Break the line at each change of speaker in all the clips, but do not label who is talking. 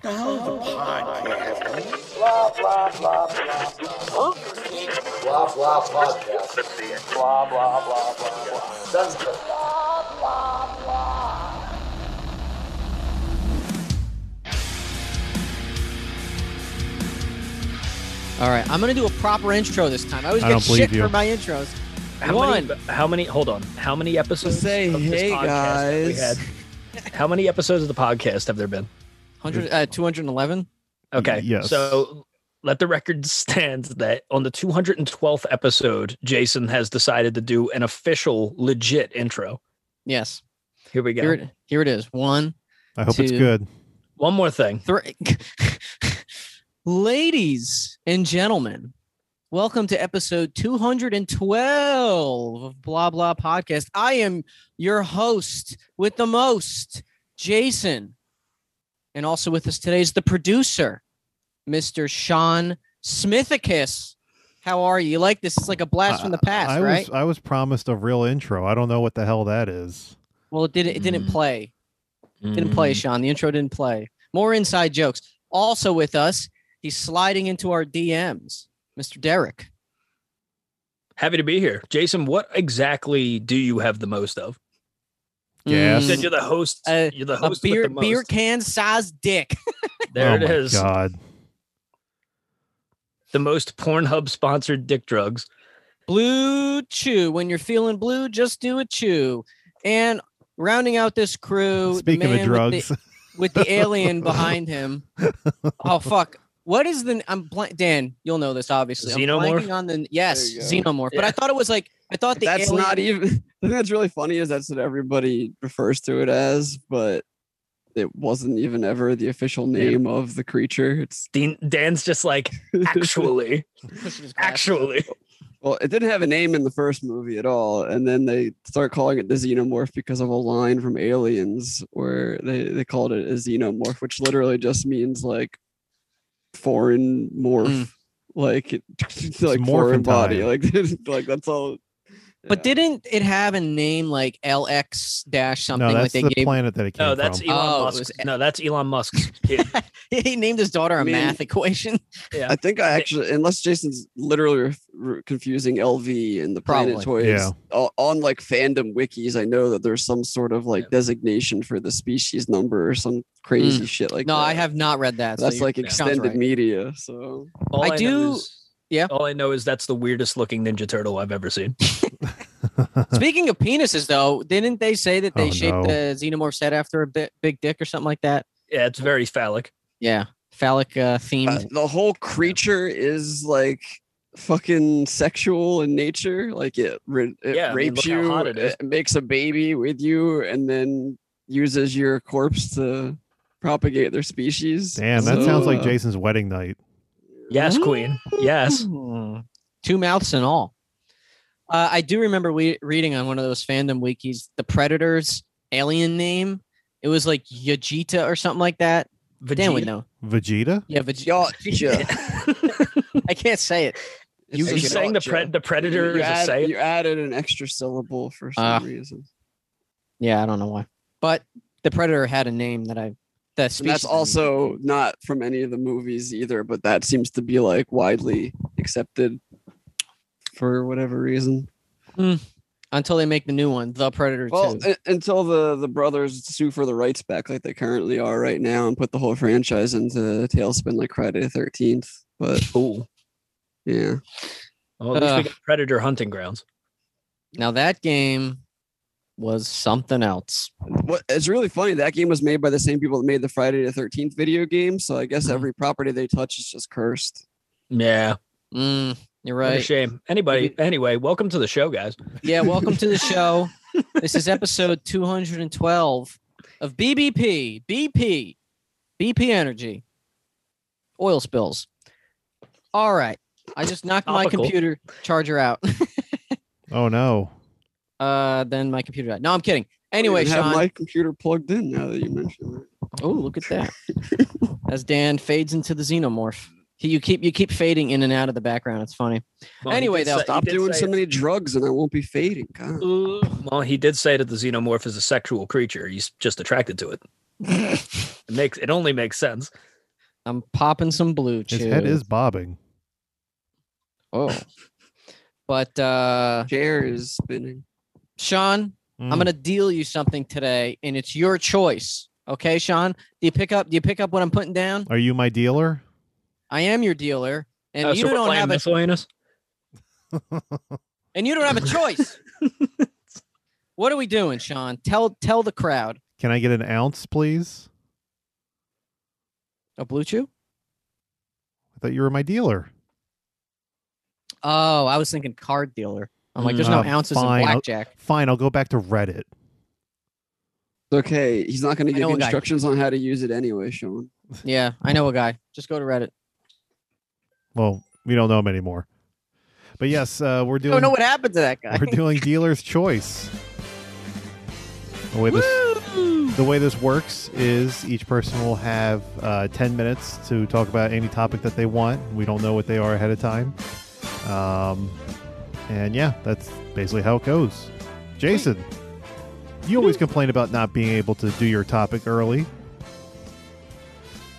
The hell's a podcast?
Blah, blah, blah, blah, blah.
Blah blah podcast.
Blah, blah, blah, blah, blah.
Sounds good.
All right, I'm gonna do a proper intro this time. I always
I
get
don't believe
shit
you.
for my intros.
How
One.
many? How many? Hold on. How many episodes?
Say,
of this
"Hey,
podcast
guys."
Have we had? How many episodes of the podcast have there been?
100, uh, 211.
Okay.
Yes.
So let the record stand that on the 212th episode, Jason has decided to do an official, legit intro.
Yes,
Here we go.
here it, here it is. One,
I hope it's
Two.
good.
One more thing.
three. Ladies and gentlemen, welcome to episode 212 of Blah Blah Podcast. I am your host with the most, Jason, and also with us today is the producer, Mr. Sean Smithicus. How are you? You like this? It's like a blast from the past,
Uh, I, I
right?
Was, I was promised a real intro. I don't know what the hell that is.
Well, it didn't. It didn't
Mm.
play.
Mm.
Didn't play,
Mm-hmm.
Sean. The intro didn't play. More inside jokes. Also with us, he's sliding into our DMs, Mr. Derek.
Happy to be here, Jason. What exactly do you have the most of? You
Gas.
said you're the host.
Uh,
you're the
a
host. with
beer
the most.
beer can size dick.
There
oh
it
my
is.
God.
The most Pornhub sponsored dick drugs.
Blue chew. When you're feeling blue, just do a chew. And rounding out this crew, the
Speaking
man with
of drugs,
the, with the alien behind him. Oh fuck. What is the I'm bl- Dan? You'll know this obviously. I'm
Xenomorph?
blanking on the yes,
There you
xenomorph. But I
Yeah.
thought it was like I thought the
That's
alien-
not even. the thing that's really funny is that's what everybody refers to it as, but it wasn't even ever the official name of the creature. It's
Dean, Dan's just like actually.
pushing his glasses.
Actually,
well, it didn't have a name in the first movie at all, and then they start calling it the xenomorph because of a line from Aliens where they they called it a xenomorph, which literally just means like foreign morph.
Mm.
Like, it- it's like
morphin'
foreign body,
time.
like like that's all.
But
Yeah.
didn't it have a name like LX dash something
no,
like
that's
they
the
gave?
planet that it came
no, that's
from.
e-
Elon
Oh, it
Musk.
was-
No, that's Elon Musk's kid.
he named his daughter a
I mean-
math equation.
I think I actually, unless Jason's literally ref- r- confusing LV and the Planet
Probably.
Toys
Yeah.
o- on like fandom wikis, I know that there's some sort of like
Yeah.
designation for the species number or some crazy shit like
Mm. no,
that.
I have not read that. so
That's
you're-
like
sounds
extended
right.
media. So
All
I
know
do-
is-
yeah.
All I know is that's the weirdest looking Ninja Turtle I've ever seen. e-
Speaking of penises, though, didn't they say that they
Oh,
shaped
no.
the xenomorph's head after a bit, big dick or something like that?
Yeah, it's very phallic.
Yeah, phallic uh,
uh,
themed.
the whole creature is like fucking sexual in nature. Like it, ra- it
Yeah, I mean,
rapes
look how
you,
hot it is.
makes a baby with you, and then uses your corpse to propagate their species.
Damn, that sounds like
So, uh,
Jason's wedding night.
Yes, Queen. Uh, Yes.
Mm. Two mouths and all. Uh, I do remember we reading on one of those fandom wikis the Predator's alien name. It was like Yajita or something like that. Dan would
Vegeta.
know.
Vegeta?
Yeah, Vegeta.
Y'all, yeah.
I can't say it.
You,
It's
you
a
saying the,
yacht,
pre-
Joe.
the predator is
you,
a
add-
say
you added an extra syllable for some
Ah.
reason.
Yeah, I don't know why. But the predator had a name that I that
And that's
species-
also not from any of the movies either, but that seems to be like widely accepted for whatever reason.
until they make the new one, the predator
Well,
two.
u- until the the brothers sue for the rights back like they currently are right now and put the whole franchise into Tailspin like Friday the 13th. But
Ooh.
yeah.
Well, at least we
Ugh.
got predator hunting grounds.
Now that game was something else.
what it's really funny that game was made by the same people that made the Friday the 13th video game, so I guess
Mhm.
every property they touch is just cursed.
Yeah.
Mm, you're
What a
right.
shame. Anybody, anyway, welcome to the show, guys.
Yeah, welcome to the show. this is episode 212 of BBP, BP, BP Energy, oil spills. All right, I just knocked my
Topical.
computer charger out.
Oh no.
uh, then my computer died. No, I'm kidding.
I don't
Anyway,
even have
Sean.
my computer plugged in now that you mentioned it.
Oh, look at that! As Dan fades into the xenomorph, he, you keep you keep fading in and out of the background. It's funny.
Well, he
Anyway,
did
though,
say- he
Stop
did
doing
say
so
it-
many drugs and I won't be fading. God.
Well, he did say that the xenomorph is a sexual creature. He's just attracted to it. it makes it only makes sense.
I'm popping some blue chew.
His head is bobbing.
Oh. But uh
Chair is spinning.
Sean, I'm
Mm.
gonna deal you something today, and it's your choice. Okay, Sean. Do you pick up? Do you pick up what I'm putting down?
Are you my dealer?
I am your dealer, and
Oh,
you
so we're
don't
playing
have a
miscellaneous?
and you don't have a choice. what are we doing, Sean? Tell tell the crowd
Can I get an ounce, please?
a blue chew.
I thought you were my dealer.
Oh, I was thinking card dealer. I'm like,
Mm.
there's no
Oh,
ounces
fine.
in
I'll-
blackjack.
Fine, I'll go back to Reddit.
Okay, he's not going to
I
give
know
you
a guy.
instructions on how to use it anyway, Sean.
Yeah, I know a guy. Just go to Reddit.
Well, we don't know him anymore. But yes, uh, we're
I
doing
don't know Oh, what happened to that guy.
we're doing dealer's choice. The way this the way this works is each person will have uh, ten minutes to talk about any topic that they want. We don't know what they are ahead of time. Um, and yeah, that's basically how it goes. Jason, you always complain about not being able to do your topic early,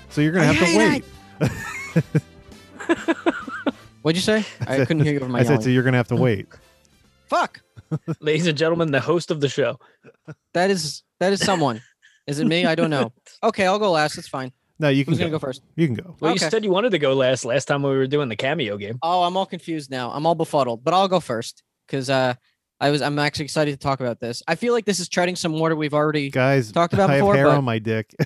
so you're gonna
I
have to
hate
wait.
What'd you say? I couldn't hear you over my
I said, so
yelling.
you're gonna have to wait.
Fuck.
Ladies and gentlemen, the host of the show.
That is that is someone. Is it me? I don't know. Okay, I'll go last. That's fine.
No, you can
Who's
go.
gonna go first?
You can go.
Well,
Okay.
you said you wanted to go last last time when we were doing the cameo game.
Oh, I'm all confused now. I'm all befuddled, but I'll go first because uh, I was I'm actually excited to talk about this. I feel like this is treading some water we've already.
Guys,
Talked about
I have
before,
hair
but-
on my dick.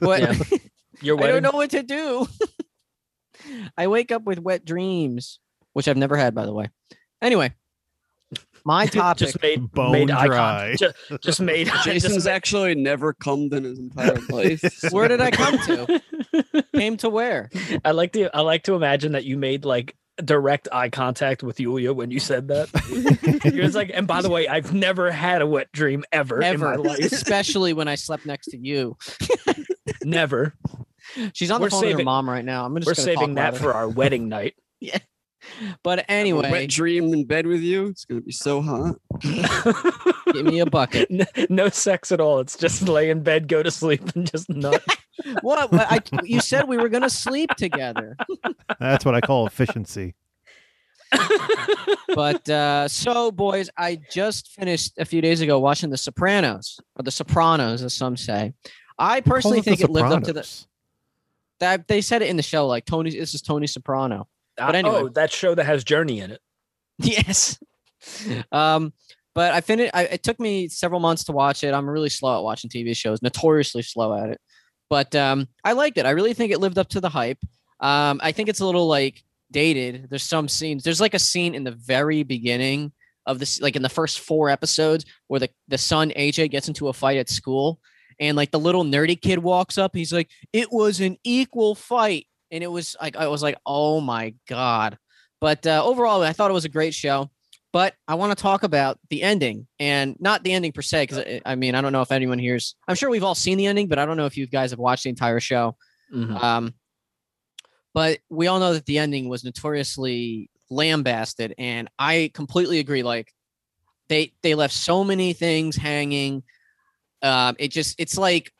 But
Yeah. Your
I
wedding.
don't know what to do. I wake up with wet dreams, which I've never had, by the way. Anyway, my topic.
just made
Bone
made eye
dry.
contact. Just, just made.
Jason's
just,
actually never cummed in his entire life.
where did I come to? Came to where?
I like to. I like to imagine that you made like direct eye contact with Yulia when you said that. You're just like, and by the way, I've never had a wet dream ever,
Ever,
in my life.
especially when I slept next to you.
never.
She's on the
We're
phone with her
saving-
mom right now. I'm just
We're
gonna
saving
talk
that
louder.
for our wedding night.
But
A
anyway,
wet dream in bed with you. It's going to be so hot.
give me a bucket.
N- no sex at all. It's just lay in bed, go to sleep, and just nut.
What? What- I, you said we were going to sleep together.
That's what I call efficiency.
But uh, so, boys, I just finished a few days ago watching The Sopranos, or The Sopranos, as some say. I personally
Calls the
think it lived up to the.
Sopranos.
That they said it in the show, like Tony. This is Tony Soprano.
Uh,
anyway.
Oh, that show that has Journey in it.
Yes. Um, but I finished. I, it took me several months to watch it. I'm really slow at watching TV shows, notoriously slow at it. But um, I liked it. I really think it lived up to the hype. Um, I think it's a little like dated. There's some scenes. There's like a scene in the very beginning of this, like in the first four episodes, where the the son AJ gets into a fight at school, and like the little nerdy kid walks up. He's like, "It was an equal fight," and it was like I was like, "Oh my god!" But uh, overall, I thought it was a great show. But I want to talk about the ending, and not the ending per se, because I, I mean I don't know if anyone here's. I'm sure we've all seen the ending, but I don't know if you guys have watched the entire show. Um, but we all know that the ending was notoriously lambasted, and I completely agree. Like they they left so many things hanging. Um, it just it's like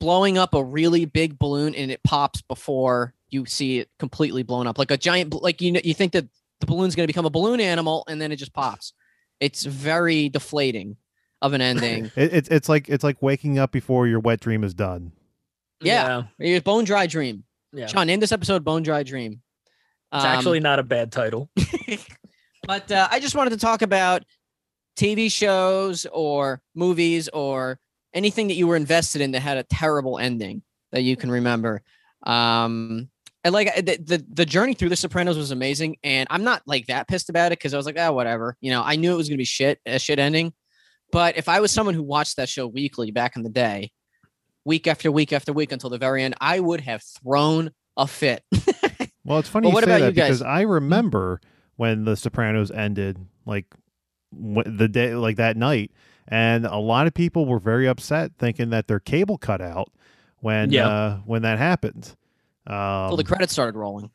blowing up a really big balloon, and it pops before you see it completely blown up, like a giant. bl- Like you know, you think that the balloon's going to become a balloon animal, and then it just pops. It's very deflating of an ending.
It, it's it's like it's like waking up before your wet dream is done.
Yeah. It was bone dry dream.
Yeah.
Sean, in this episode, bone dry dream.
It's
Um,
actually not a bad title.
But uh, I just wanted to talk about TV shows or movies or anything that you were invested in that had a terrible ending that you can remember. Um, and like I- the, the the journey through The Sopranos was amazing, and I'm not like that pissed about it because I was like, ah, whatever. You know, I knew it was gonna be shit, a shit ending. But if I was someone who watched that show weekly back in the day, week after week after week until the very end, I would have thrown a fit.
Well, it's funny
But
you
what
say
about
that
you guys?
because I remember when The Sopranos ended, like wh- the day, like that night, and a lot of people were very upset, thinking that their cable cut out when
Yeah.
uh, when that happened. Um,
Until the credits started rolling.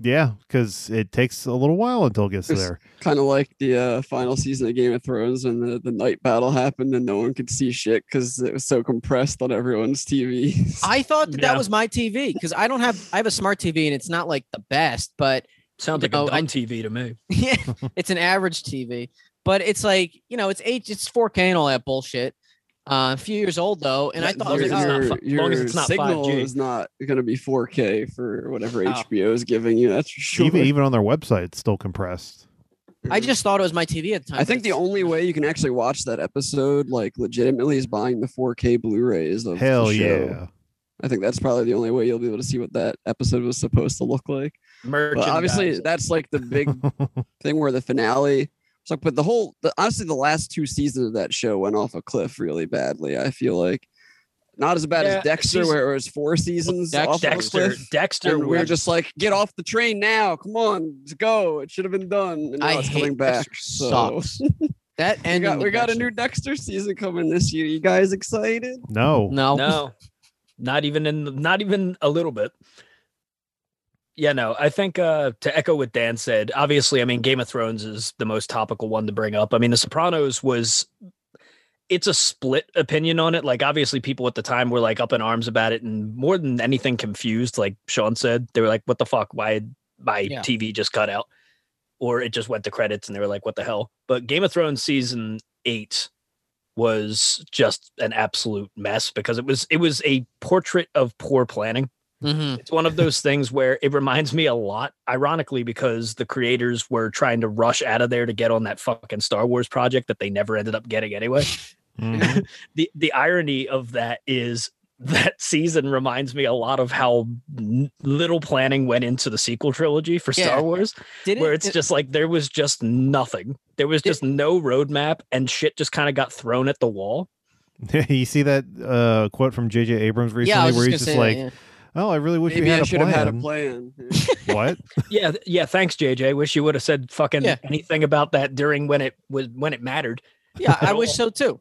Yeah, because it takes a little while until it gets
There's-
there.
Kind of like the uh, final season of Game of Thrones when the, the night battle happened and no one could see shit because it was so compressed on everyone's TV.
I thought that, that
Yeah.
was my TV because I don't have I have a smart TV and it's not like the best, but
Sounds like
No,
a dumb
I-
TV to me.
yeah, it's an average TV. But it's like you know, it's eight, it's 4K and all that bullshit. Uh, a few years old though, and I
As
thought I
long
was
as
like,
it's
oh,
not
your,
fi- as
your
long as it's not
signal
5G.
is not going to be 4K for whatever
Oh.
HBO is giving you. That's for sure.
Even even on their website, it's still compressed.
I just thought it was my TV at the time.
I
but
think the
it's-
only way you can actually watch that episode, like legitimately, is buying the 4K Blu-rays of the
Hell
show.
yeah!
I think that's probably the only way you'll be able to see what that episode was supposed to look like. But
Merchandise.
obviously, that's like the big thing where the finale. So, but the whole, the, honestly, the last two seasons of that show went off a cliff really badly. I feel like not as bad
Yeah,
as Dexter,
season-
where it was four seasons
Dex-
off of a
Dexter.
cliff.
Dexter.
And we we're
was-
just like, get off the train now! Come on, let's go! It should have been done. And now
I
it's
hate
coming back.
Dexter
So
sucks. that
we
ending.
got we
of that
got a
show-
new Dexter season coming this year. You guys excited?
No,
no.
no, not even in. the- Not even a little bit. Yeah, no. I think uh, to echo what Dan said, obviously, I mean, Game of Thrones is the most topical one to bring up. I mean, The Sopranos was. It's a split opinion on it. Like, obviously, people at the time were like up in arms about it, and more than anything, confused. Like Sean said, they were like, "What the fuck? Why did my
Yeah.
TV just cut out?" Or it just went to credits, and they were like, "What the hell?" But Game of Thrones season eight was just an absolute mess because it was it was a portrait of poor planning.
Mhm.
It's one of those things where it reminds me a lot, ironically, because the creators were trying to rush out of there to get on that fucking Star Wars project that they never ended up getting anyway.
Mhm.
the The irony of that is that season reminds me a lot of how n- little planning went into the sequel trilogy for
Yeah.
Star Wars
Did
where
it-
it's just like there was just nothing. There was
Did-
just no roadmap and shit just kind of got thrown at the wall.
you see that uh, quote from J.J. Abrams recently,
yeah, I was
where
just
he's just
gonna say
like,
that,
"Oh, I really wish
Maybe
we had
I
a
should have had a
plan."
plan. Yeah.
What?
Yeah, th- yeah, thanks JJ. Wish you would have said fucking
Yeah.
anything about that during when it was when it mattered.
yeah. yeah, I wish so too.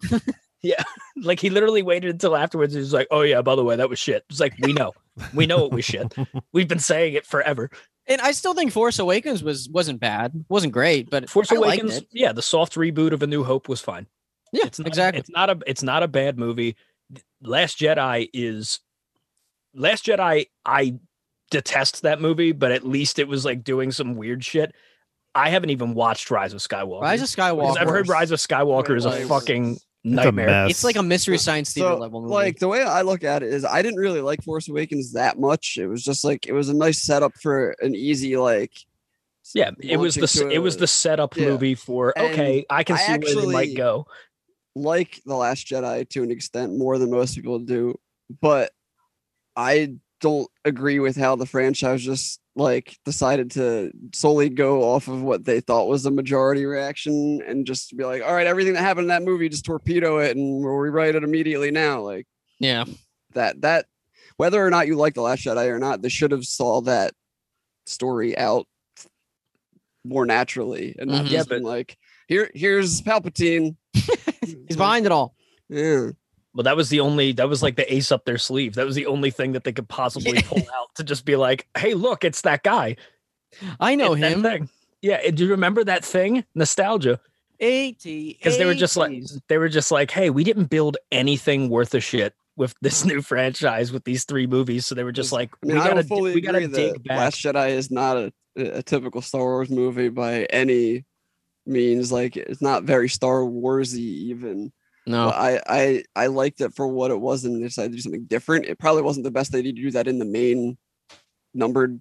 Like he literally waited until afterwards. He was like, "Oh yeah, by the way, that was shit." It's like, "We know. we know it was shit. We've been saying it forever."
And I still think Force Awakens was wasn't bad, wasn't great, but
Force
I liked
Awakens,
it.
yeah, the soft reboot of A New Hope was fine.
Yeah,
it's not,
exactly.
It's not a it's not a bad movie. Last Jedi is Last Jedi. I detest that movie, but at least it was like doing some weird shit. I haven't even watched Rise of Skywalker.
Rise of
because
Skywalker.
I've heard Rise of Skywalker is a
Right.
fucking
It's a
nightmare.
mess.
It's like a mystery science theater
So,
level movie.
like the way I look at it is, I didn't really like Force Awakens that much. It was just like it was a nice setup for an easy like.
yeah, it was the
launch
s-
into
it was
a-
the setup
yeah.
movie for
And
okay, I can
I
see where they might
actually-
go.
like the Last Jedi to an extent more than most people do, but I don't agree with how the franchise just like decided to solely go off of what they thought was the majority reaction and just be like, all right, everything that happened in that movie, just torpedo it and we'll rewrite it immediately now. Like
yeah,
that that whether or not you like the last jedi or not they should have saw that story out more naturally and not
Mhm.
just
Yeah,
been like here here's palpatine
he's behind it all.
yeah
Well, that was the only that was like the ace up their sleeve. That was the only thing that they could possibly pull out to just be like, "Hey, look, it's that guy."
I know
It's that
him.
thing. Yeah, and do you remember that thing? Nostalgia,
Eighty,
because they were just like
80s.
they were just like, "Hey, we didn't build anything worth a shit with this new franchise with these three movies." So they were just like,
i mean
"We
i
gotta
will
di-
fully
we gotta
agree that
dig back."
last jedi is not a, a typical star wars movie by any means like it's not very star warsy even
no,
But I, I I liked it for what it was and they decided to do something different. It probably wasn't the best they did to do that in the main numbered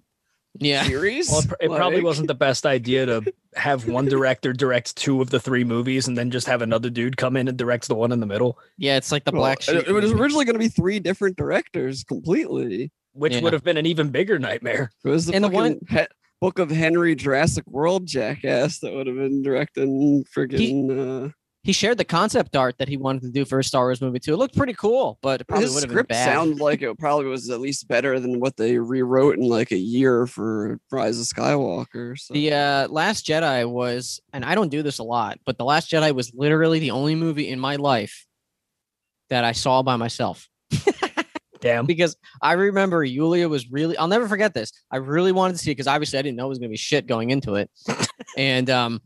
yeah,
series.
Well, it, pr- it probably
Like,
wasn't the best idea to have one director direct two of the three movies and then just have another dude come in and direct the one in the middle,
yeah. It's like the
well,
black sheep.
It, it was
movie.
originally going to be three different directors completely.
which
Yeah.
would have been an even bigger nightmare.
It was the,
And the
fucking
one-
he- book of Henry Jurassic World jackass that would have been directing friggin' uh,
He shared the concept art that he wanted to do for a Star Wars movie too. It looked pretty cool, but it
uh,
probably
his
would have been
script
bad.
sound like it probably was at least better than what they rewrote in like a year for Rise of Skywalker. So.
The uh, Last Jedi was, and I don't do this a lot, but The Last Jedi was literally the only movie in my life that I saw by myself.
Damn.
because I remember Yulia was really I'll never forget this. I really wanted to see it because obviously I didn't know it was gonna be shit going into it. and um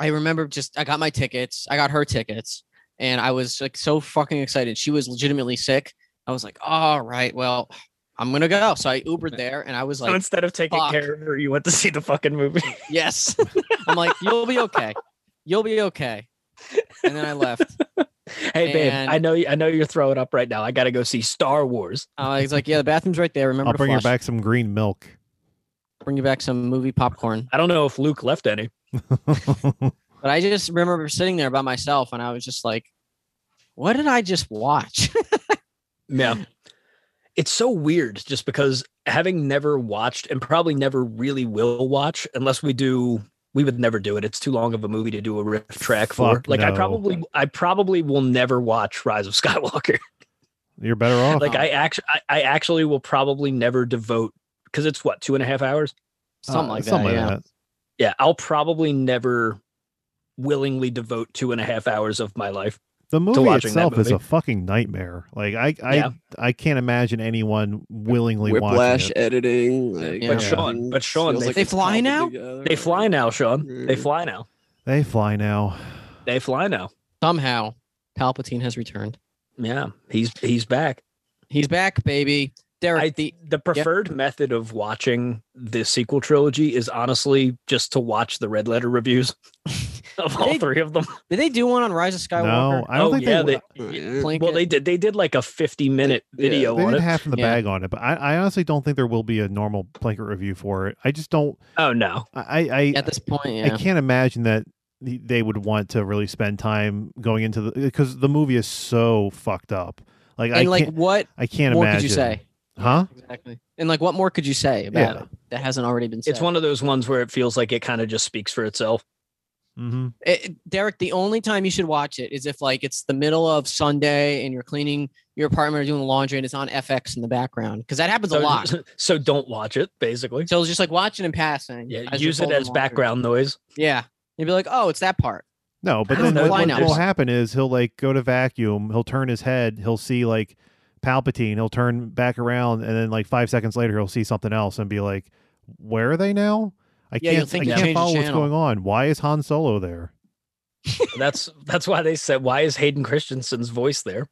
I remember just I got my tickets, I got her tickets, and I was like so fucking excited. She was legitimately sick. I was like, all right, well, I'm gonna go. So I Ubered there and I was
so
like,
instead of taking
fuck.
care of her, you went to see the fucking movie.
yes. I'm like, you'll be okay. You'll be okay. And then I left.
hey, babe,
And-
I know you, I know you're throwing up right now. I got to go see Star Wars.
I was like, yeah, the bathroom's right there. Remember
I'll
to
bring her
flush.
back some green milk.
Bring you back some movie popcorn.
I don't know if Luke left any.
But I just remember sitting there by myself and I was just like, what did I just watch?
Yeah. It's so weird just because having never watched and probably never really will watch unless we do we would never do it. It's too long of a movie to do a riff track for.
Fuck
Like I
no.
probably I probably will never watch Rise of Skywalker.
You're better off.
like I actually I, I actually will probably never devote because it's what two and a half hours.
something
Uh,
like that.
something
yeah.
like
Yeah, I'll probably never willingly devote two and a half hours of my life.
The movie
watching that
itself is a
movie.
fucking nightmare. Like I, I,
Yeah.
I can't imagine anyone willingly
Whiplash
watching it.
editing. Like,
But
Sean-
everything
but Sean,
feels
they-
They
it's
fly
cobbled
now?
together.
They fly now, Sean. They
Mm-hmm.
Mm.
fly now.
They fly now.
They fly now.
Somehow Palpatine has returned.
Yeah, he's he's back.
He's back, baby. Derek,
I
the
the the preferred method of watching the sequel trilogy is honestly just to watch the red letter reviews of all
They-
three of them.
did they do one on Rise of Skywalker?
No, I don't
oh
think
yeah,
they.
they,
Oh,
yeah.
yeah.
Blink
well
it.
they did they did like a fifty minute
Yeah,
video
they
on
did
it.
half in the
Yeah.
bag on it, but I, I honestly don't think there will be a normal blanket review for it. I just don't.
oh no,
I, I, I
at this point,
I
yeah.
can't imagine that th- they would want to really spend time going into the because the movie is so fucked up. Like I
And like
can't,
what
I can't
more could
imagine.
you say?
Huh?
Exactly. And like what more could you say about it that hasn't already been said?
it's one of those ones where it feels like it kind of just speaks for itself.
Mm-hmm.
it, it- Derek, the only time you should watch it is if like it's the middle of Sunday and you're cleaning your apartment or doing the laundry and it's on FX in the background. Because that happens a
so,
lot.
so don't watch it. Basically,
So it's just like watching and passing.
yeah,
as you're
use it
folding
as
laundry.
background noise.
Yeah. You'd be like, oh, it's that part.
No, but
I don't
then
know
what,
why
what
not.
will happen is he'll like go to vacuum, he'll turn his head, he'll see like Palpatine, he'll turn back around, and then like five seconds later he'll see something else and be like, "Where are they now? I
Yeah, you'll
can't,
think
I
he
can't
changed the
follow what's
channel."
going on. Why is Han Solo there?
That's that's why they said why is Hayden Christensen's voice there?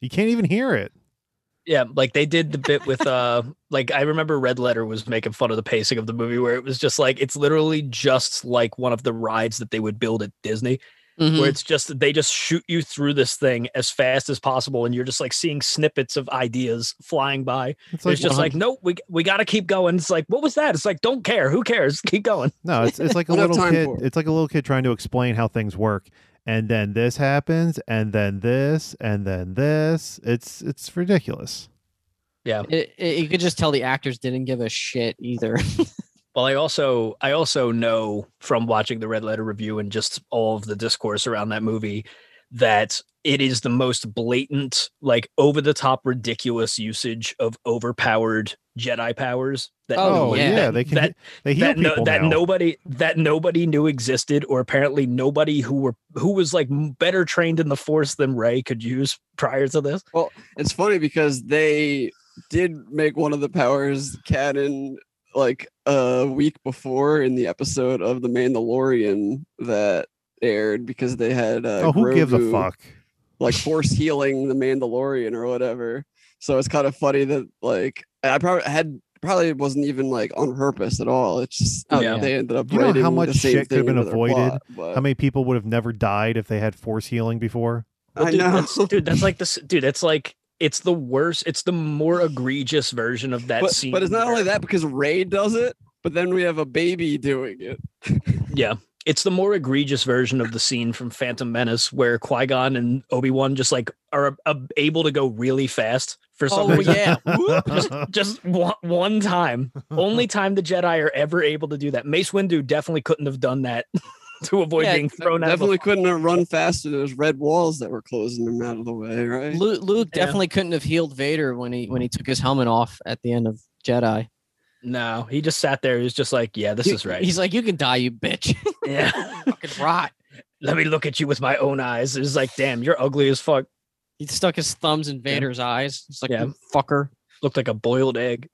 You can't even hear it."
Yeah, like they did the bit with uh like I remember Red Letter was making fun of the pacing of the movie where it was just like it's literally just like one of the rides that they would build at Disney
Mm-hmm.
where it's just that they just shoot you through this thing as fast as possible and you're just like seeing snippets of ideas flying by.
It's
it's just like nope, we we got to keep going. It's like what was that? It's like don't care, who cares? Keep going.
No, it's it's like a
Don't have
little
time
kid.
for it.
It's like a little kid trying to explain how things work, and then this happens, and then this, and then this. It's it's ridiculous.
It- it- you could just tell the actors didn't give a shit either.
Well, I also I also know from watching the Red Letter Review and just all of the discourse around that movie that it is the most blatant, like over the top, ridiculous usage of overpowered Jedi powers. That
Oh,
no-
yeah.
they can
that-
they heal
that, no-
people
that
now.
nobody that nobody knew existed, or apparently nobody who were who was like m- better trained in the Force than Ray could use prior to this.
It's funny because they did make one of the powers canon like a week before in the episode of The Mandalorian that aired because they had uh,
oh, who gives a
Grogu,
fuck?
like force healing the Mandalorian or whatever. So it's kind of funny that like I probably had probably wasn't even like on purpose at all. It's just uh,
Yeah.
they ended up
Oh, You know how
writing the
much
same
shit could've
thing
been
into their
avoided?
plot, but-
How many people would have never died if they had force healing before?
Well,
I
dude,
know.
That's, dude, that's like this, dude. That's like it's the worst. It's the more egregious version of that
but,
scene.
but it's not
where-
only that because Ray does it, but then we have a baby doing it.
Yeah. It's the more egregious version of the scene from Phantom Menace where Qui Gon and Obi Wan just like are uh, able to go really fast for some
Oh,
reason.
yeah. Whoop.
Just, just one, one time, only time the Jedi are ever able to do that. Mace Windu definitely couldn't have done that to avoid
Yeah,
being thrown out.
Definitely
Of
couldn't have run faster. through those red walls that were closing him out of the way, right?
Luke, Luke
Yeah.
definitely couldn't have healed Vader when he when he took his helmet off at the end of Jedi.
the, no, he just sat there. He was just like, "Yeah, this
He-
is right."
He's like, you can die, you bitch.
yeah,
Fucking rot.
let me look at you with my own eyes. It was like, "Damn, you're ugly as fuck."
He stuck his thumbs in Vader's eyes. It's like
Yeah.
"You fucker.
Looked like a boiled egg.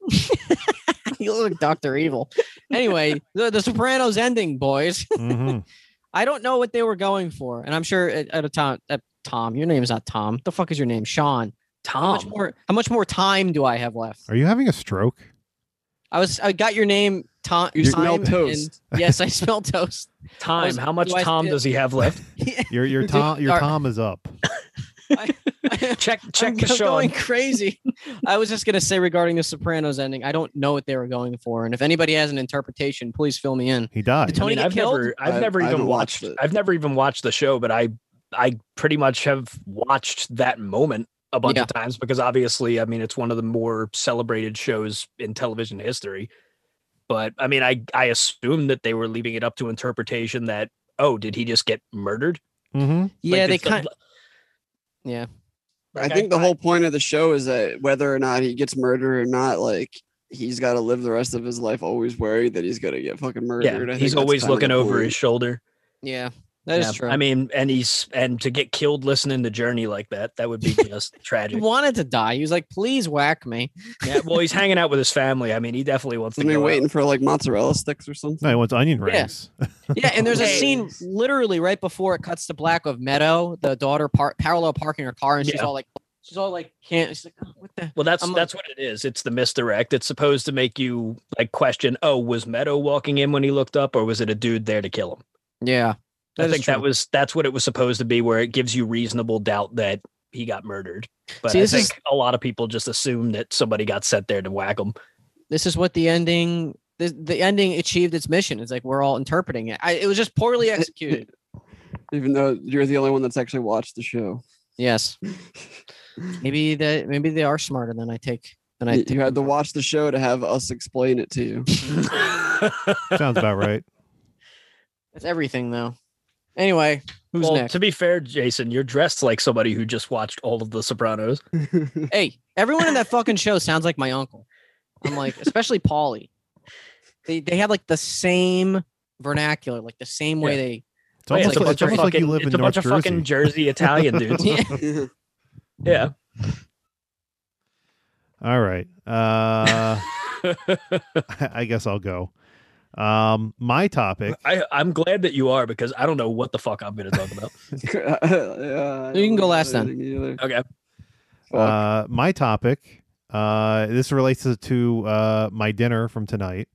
you look like Doctor Evil. Anyway, the, the Sopranos ending, boys.
Mhm.
I don't know what they were going for, and I'm sure at, at a time, at Tom, your name's not Tom. The fuck is your name, Sean? How much
Tom.
more? How much more time do I have left?
Are you having a stroke?
I was. I got your name, Tom.
You smell
time, and-
toast.
yes, I smell toast.
Time.
Was-
How much
do I
Tom
fit-
does he have left?
Your your Tom your
Sorry.
Tom is up.
Check check
I'm
the
go-
Sean.
going crazy. I was just gonna say regarding the Sopranos ending, I don't know what they were going for, and if anybody has an interpretation, please fill me in.
He
Did
died.
Tony get
I've
killed?
never I've
I-
never
I
even
haven't
watched,
watched it.
I've never even watched the show, but I I pretty much have watched that moment a bunch of times because obviously, I mean, it's one of the more celebrated shows in television history. But I mean, I I assume that they were leaving it up to interpretation that oh, did he just get murdered?
Mm-hmm.
Yeah,
Like,
they
it's the-
kind. Yeah.
I
Like,
think the whole point of the show is that whether or not he gets murdered or not, like he's got to live the rest of his life always worried that he's gonna get fucking murdered. I
yeah,
think
he's
that's
always
kinda
looking
the
over
point.
his shoulder.
Yeah, that is
Yeah,
true.
I mean, and he's and to get killed listening to Journey like that, that would be just
he
tragic.
wanted to die. He was like, "Please whack me."
Yeah, well, he's hanging out with his family. I mean, he definitely wants to
Isn't he
go out.
waiting for like mozzarella sticks or something?
No, he wants onion
Yeah.
rings.
Yeah, and there's a scene
Nice.
literally right before it cuts to black of Meadow, the daughter par- parallel parking her car, and she's
Yeah.
all like, she's all like, can't. She's like, oh, what the?
Well, that's
I'm like-
that's what it is. It's the misdirect. It's supposed to make you like question, oh, was Meadow walking in when he looked up, or was it a dude there to kill him?
Yeah,
I think that was that's what it was supposed to be, where it gives you reasonable doubt that he got murdered. But
See,
I
this
think
is-
a lot of people just assume that somebody got sent there to whack him.
this is what the ending. The, the ending achieved its mission. It's like we're all interpreting it. I, it was just poorly executed.
Even though you're the only one that's actually watched the show.
yes. Maybe that. Maybe they are smarter than I take. Than I.
You-
take
You had to watch the show to have us explain it to you.
Sounds about right.
That's everything though. Anyway, who's
well,
next?
to be fair, Jason, you're dressed like somebody who just watched all of The Sopranos.
hey, everyone in that fucking show sounds like my uncle. I'm like, especially Paulie. They they have like the same vernacular, like the same way
Yeah.
they.
It's almost,
it's a
like,
bunch
it's
of
almost like you
fucking,
live in
it's a
North
bunch
Jersey.
of fucking Jersey Italian dudes.
Yeah.
yeah.
All right. Uh, I guess I'll go. Um, my topic.
I, I'm glad that you are because I don't know what the fuck I'm going to talk about.
Yeah, I
You can
don't
go
know
last then.
anything either.
Okay.
Fuck.
Uh, my topic. Uh, this relates to- to uh, my dinner from tonight.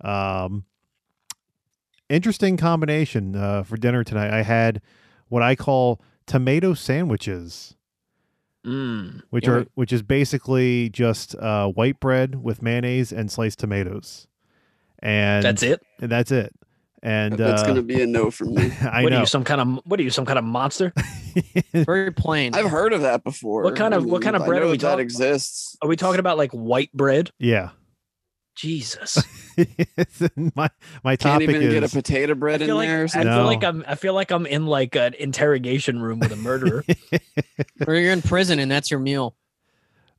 Um, interesting combination uh, for dinner tonight. I had what I call tomato sandwiches,
Mm.
which
Yummy.
are which is basically just uh, white bread with mayonnaise and sliced tomatoes, and
That's it.
And that's it. And
that's
uh,
gonna be a no from me.
I
what are
know.
you some kind of what are you some kind of monster?
Very plain.
I've heard of that before.
What kind of- what kind of
I
bread are
know
we
that
talking-
exists?
Are we talking about like white bread?
yeah.
Jesus.
my my
Can't
topic
even
is
get a potato bread
I
in
feel, like,
there.
I feel
Or something.
No.
like I'm I feel like I'm in like an interrogation room with a murderer.
or you're in prison and that's your meal.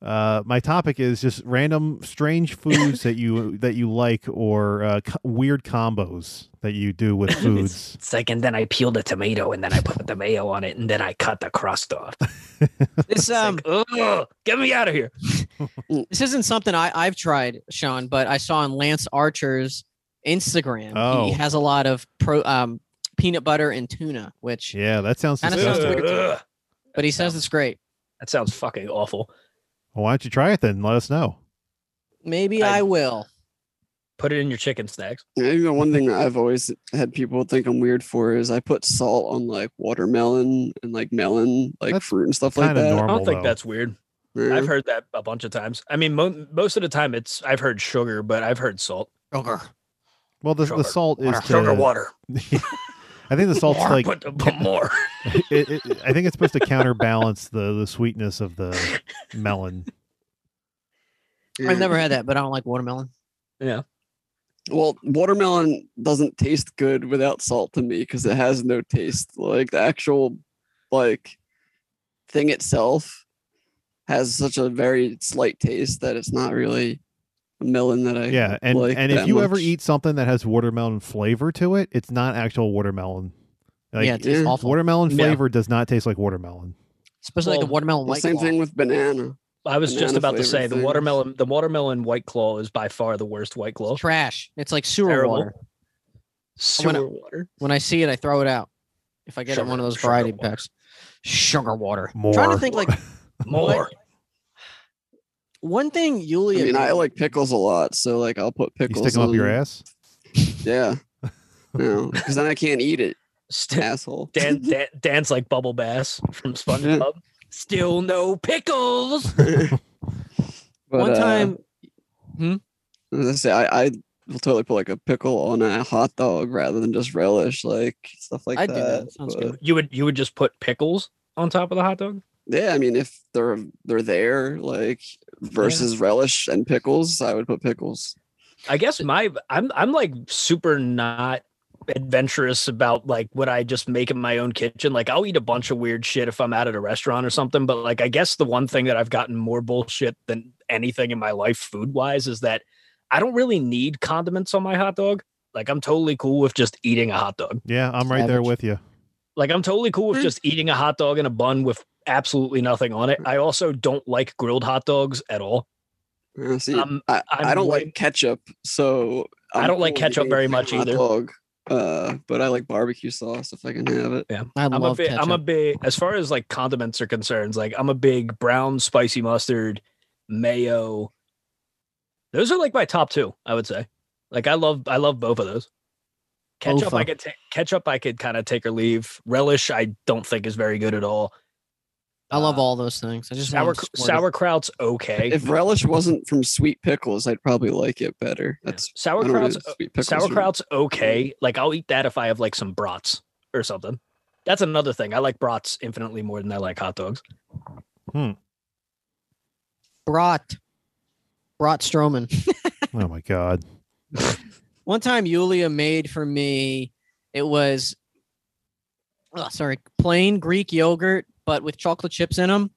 uh, my topic is just random strange foods that you that you like or uh, co- weird combos that you do with foods.
it's like and then I peeled a tomato and then I put the mayo on it and then I cut the crust off.
This um
Ugh, get me out of here.
this isn't something I, I've tried, Sean, but I saw on Lance Archer's Instagram.
Oh.
He has a lot of pro um peanut butter and tuna, which
yeah, that sounds
Kinda sounds
disgusting.
weird.
Ugh.
but he says it's great.
That sounds fucking awful.
Well, why don't you try it then? and Let us know.
Maybe
I-
I, will.
Put it in your chicken snacks.
Maybe the one thing I've always had people think I'm weird for is I put salt on like watermelon and like melon, like
That's
fruit and stuff like
Kind of
that.
I
normal.
don't think
though.
that's weird.
Yeah.
I've heard that a bunch of times. I mean, mo- most of the time it's I've heard sugar, but I've heard salt,
Sugar.
well. The, the
Sugar
salt is
sugar
to-
water,
I think the salt's
more,
like
put, put more.
it, it, I think it's supposed to counterbalance the the sweetness of the melon.
Yeah.
I've never had that, but I don't like watermelon.
Well, watermelon doesn't taste good without salt to me because it has no taste. Like the actual like thing itself has such a very slight taste that it's not really a melon that I
Yeah, and
like
and if
that
you ever
much.
eat something that has watermelon flavor to it, it's not actual watermelon. Like
yeah, it tastes
yeah.
awful.
watermelon
Yeah.
flavor does not taste like watermelon.
especially like
Well,
the watermelon
Well,
white.
same
Claw.
thing with banana.
I was just
Banana
about to say
flavored
the
things.
watermelon, the watermelon white claw is by far the worst white claw.
Trash. It's like sewer
Terrible.
water.
Sewer
gonna-
water.
When I see it, I throw it out. If I get it in
Sugar-
one of those
sugar
variety
water.
packs, sugar water.
More.
trying to think like
More.
one thing Yulia.
I mean, I
did-
like pickles a lot, so like I'll put
you
pickles.
stick them up your
on-
ass.
Yeah. No, because then I can't eat it, asshole.
Dan, Dan, Dan's like Bubble Bass from SpongeBob. Still no pickles.
But,
one
uh,
time.
as I say, I, I will totally put like a pickle on a hot dog rather than just relish, like stuff like
I'd do
that.
that. Sounds
but-
good.
You would you would just put pickles on top of the hot dog?
Yeah, I mean, if they're they're there, like versus relish and pickles, I would put pickles.
I guess my I'm I'm like super not adventurous about like what I just make in my own kitchen. Like I'll eat a bunch of weird shit if I'm out at a restaurant or something. But like I guess the one thing that I've gotten more bullshit than anything in my life food wise is that I don't really need condiments on my hot dog. Like I'm totally cool with just eating a hot dog.
Yeah, I'm right there
Savage.
with you.
Like I'm totally cool with just eating a hot dog in a bun with absolutely nothing on it. I also don't like grilled hot dogs at all.
Uh, see,
Um,
I, I
I'm
don't
way-
like ketchup, so
I don't like
cool with
ketchup very
anything on
much
a hot
either.
dog, uh, but I like barbecue sauce if I can have it.
I
I'm a
love
big, I'm a
ketchup.
big, as far as like condiments are concerned, like I'm a big brown spicy mustard, mayo. Those are like my top two, I would say. Like I love, I love both of those. Ketchup, I
Bofa.
could ta- ketchup, I could kind of take or leave. Relish, I don't think is very good at all.
I love
uh,
all those things. I just
Sour,
want them squirted.
sauerkraut's okay.
If relish wasn't from sweet pickles, I'd probably like it better. That's I don't
sauerkraut's
know where sweet pickles are.
uh, sauerkraut's okay. Like I'll eat that if I have like some brats or something. That's another thing. I like brats infinitely more than I like hot dogs.
brought brought Stroman.
Oh my god.
One time Yulia made for me it was oh, sorry, plain Greek yogurt but with chocolate chips in them.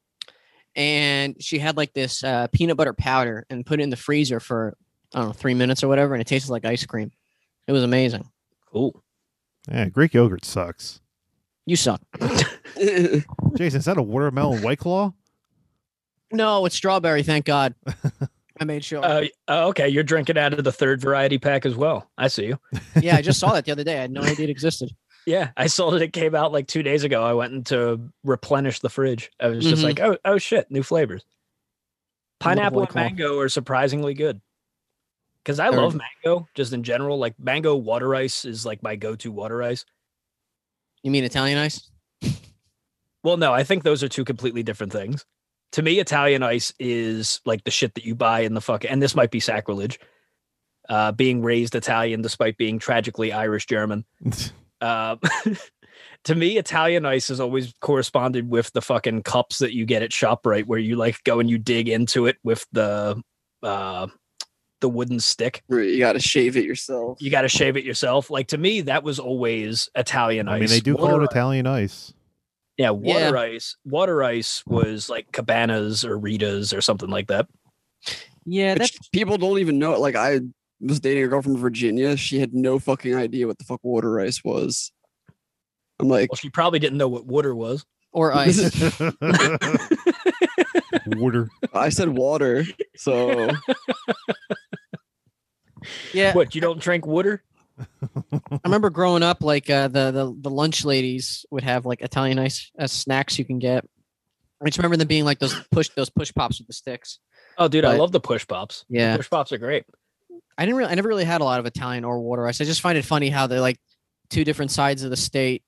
And she had like this uh, peanut butter powder and put it in the freezer for I don't know 3 minutes or whatever and it tasted like ice cream. It was amazing.
Cool.
Yeah, Greek yogurt sucks.
You suck.
Jason, is that a watermelon white claw?
No, it's strawberry, thank God. I made sure.
Uh, oh, okay, you're drinking out of the third variety pack as well. I see you.
yeah, I just saw that the other day. I had no idea it existed.
Yeah, I saw that it came out like two days ago. I went in to replenish the fridge. I was just
Mhm.
like, oh, oh shit, new flavors.
I love
Pineapple
White
and
Claw.
mango are surprisingly good. Because I
They're-
love mango just in general. Like mango water ice is like my go-to water ice.
You mean Italian ice?
Well, no, I think those are two completely different things. To me, Italian ice is like the shit that you buy in the fuck, and this might be sacrilege. Uh, being raised Italian despite being tragically Irish German. Uh, to me, Italian ice has always corresponded with the fucking cups that you get at Shoprite, where you like go and you dig into it with the uh, the wooden stick.
Right, you got to shave it yourself.
You got to shave it yourself. Like to me, that was always Italian ice.
I mean, they do
Water
call it
ice-
Italian ice.
Yeah, water
Yeah.
ice. Water ice was like Cabanas or Rita's or something like that.
Yeah,
Which people don't even know it. Like I was dating a girl from Virginia. She had no fucking idea what the fuck water ice was. I'm like,
Well, she probably didn't know what water was.
or ice.
Water.
I said water, so
Yeah,
What you don't drink water?
I remember growing up, like uh, the, the the lunch ladies would have like Italian ice as snacks you can get. I just remember them being like those push those push pops with the sticks.
Oh, dude, I
Right.
love the push pops.
Yeah,
Push pops are great.
I didn't really, I never really had a lot of Italian or water ice. I just find it funny how they're like two different sides of the state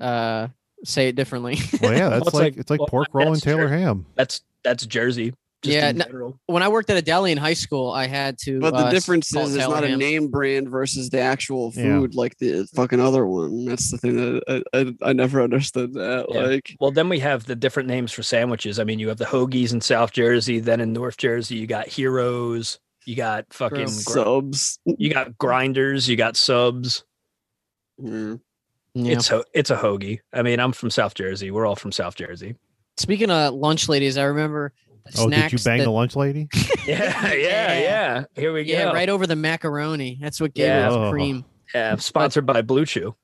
uh, say it differently.
Well, yeah, that's
it's
like,
like-
it's like
well,
pork roll and
that's
Taylor
true.
ham.
That's that's Jersey. Just
Yeah,
in
no-
general.
when I worked at a deli in high school, I had to.
but the
uh,
difference
call
is it's
Taylor
not a
Ham.
name brand versus the actual
Yeah.
food like the fucking other one. That's the thing that I, I, I never understood that.
Yeah.
Like
Well, then we have the different names for sandwiches. I mean, you have the hoagies in South Jersey. Then in North Jersey, you got heroes. You got
True.
fucking. Mm, gr-
subs.
you got grinders. You got subs. Mm.
Yeah.
Yeah.
It's ho- it's a hoagie. I mean, I'm from South Jersey. We're all from South Jersey.
Speaking of lunch ladies, I remember. the
Oh, did
snacks
you bang
that-
the lunch lady?
Yeah, yeah,
Yeah.
yeah. Here we
Yeah,
go.
right over the macaroni. That's what gave
Yeah.
us
Oh.
cream.
Yeah, sponsored by Blue Chew.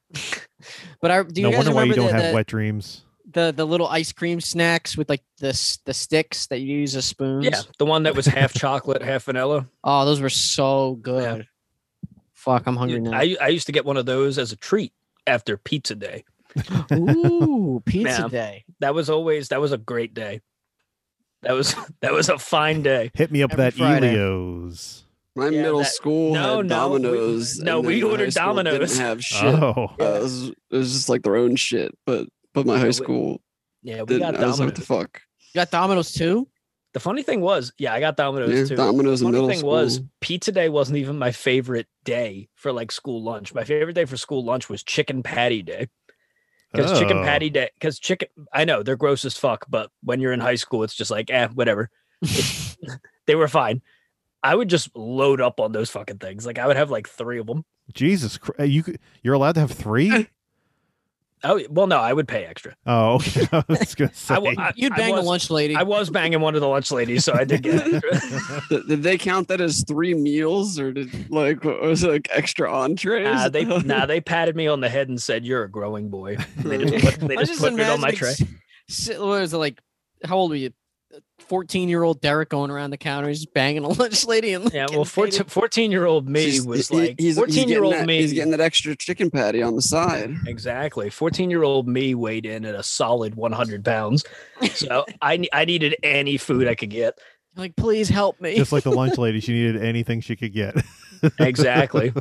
But I do you
no
guys
wonder why
remember
you don't
the,
have
the-
wet dreams.
the the little ice cream snacks with like the s- the sticks that you use as spoons.
Yeah, the one that was half chocolate, half vanilla.
Oh, those were so good. Fuck, I'm hungry now.
I, I used to get one of those as a treat after pizza day.
Ooh, pizza
Yeah.
day.
That was always that was a great day. That was that was a fine day.
Hit me up
Every
that
Friday.
Elio's.
My
Yeah,
middle
that-
school
No,
had
no, we-
Domino's.
no,
and
we
then my
ordered
high school
Domino's.
Didn't have shit.
Oh,
Uh, it, was, it was just like their own shit, but but my
Yeah,
high
we-
school
Yeah, we
didn't.
got
I was like,
Domino's.
what the fuck?
You got Domino's too?
the funny thing was, yeah, I got Domino's
Yeah,
too.
Domino's
the funny
in middle
thing
school.
was, pizza day wasn't even my favorite day for like school lunch. My favorite day for school lunch was chicken patty day. Because chicken
Oh.
patty day, because chicken, I know they're gross as fuck, but when you're in high school, it's just like, eh, whatever. It's- they were fine. I would just load up on those fucking things. Like I would have like three of them.
Jesus Christ! You could- you're allowed to have three?
Oh well, no, I would pay extra.
Oh, okay. I was gonna say.
I, wa- I,
You'd
I
bang
was,
the lunch lady.
I was banging one of the lunch ladies, so I did get extra.
Th- did they count that as three meals, or did like what was it, like extra entrees?
nah, they nah, they patted me on the head and said, "You're a growing boy." They just put, they
I
just put it on my tray.
imagining s- s- What is it like? How old were you? 14 year old Derek going around the counter, just banging a lunch lady. And
Yeah,
looking
well,
at it.
14, 14 year old me
He's-
was
he-
like
he's- he's getting
14 year old
that-
me.
He's getting that extra chicken patty on the side.
Exactly. 14 year old me weighed in at a solid 100 pounds. So I, ne- I needed any food I could get.
Like, please help me.
Just like the lunch lady, she needed anything she could get.
Exactly.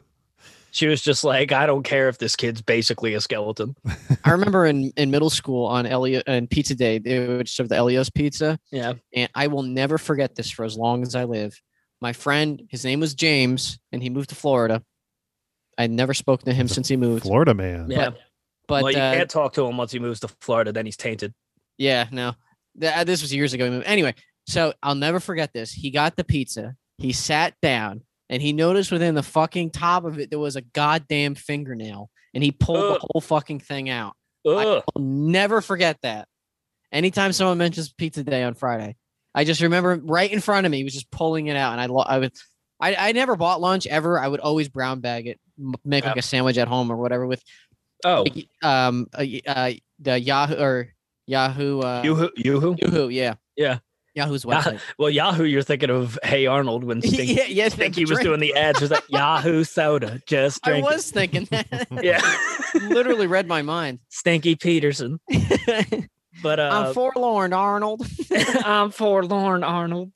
she was just like, I don't care if this kid's basically a skeleton.
I remember in, in middle school on Elio and Pizza Day, they would serve the Elio's pizza.
Yeah.
And I will never forget this for as long as I live. My friend, his name was James, and he moved to Florida. I had never spoken to him since he moved.
Florida man.
Yeah.
But
well, you
uh,
can't talk to him once he moves to Florida, then he's tainted.
Yeah, no. Th- uh, this was years ago. Anyway, so I'll never forget this. He got the pizza. He sat down and he noticed within the fucking top of it there was a goddamn fingernail and he pulled
Ugh.
the whole fucking thing out.
Ugh.
I'll never forget that. Anytime someone mentions pizza day on Friday, I just remember right in front of me he was just pulling it out and I lo- I would I, I never bought lunch ever. I would always brown bag it, m- make
Yeah.
like a sandwich at home or whatever with
Oh,
like, um uh, y- uh, the Yahoo or Yahoo uh,
Yoo-hoo, Yoo-hoo.
Yahoo, yeah.
Yeah.
Yahoo's
Nah,
website.
Well, Yahoo, you're thinking of Hey Arnold when Stinky,
yeah, yeah.
Stinky
that's
was
right.
doing the ads. Was that Yahoo soda? Just
I
drink. it.
was thinking that.
Yeah.
Literally read my mind.
Stinky Peterson. But uh,
I'm forlorn, Arnold.
I'm forlorn, Arnold.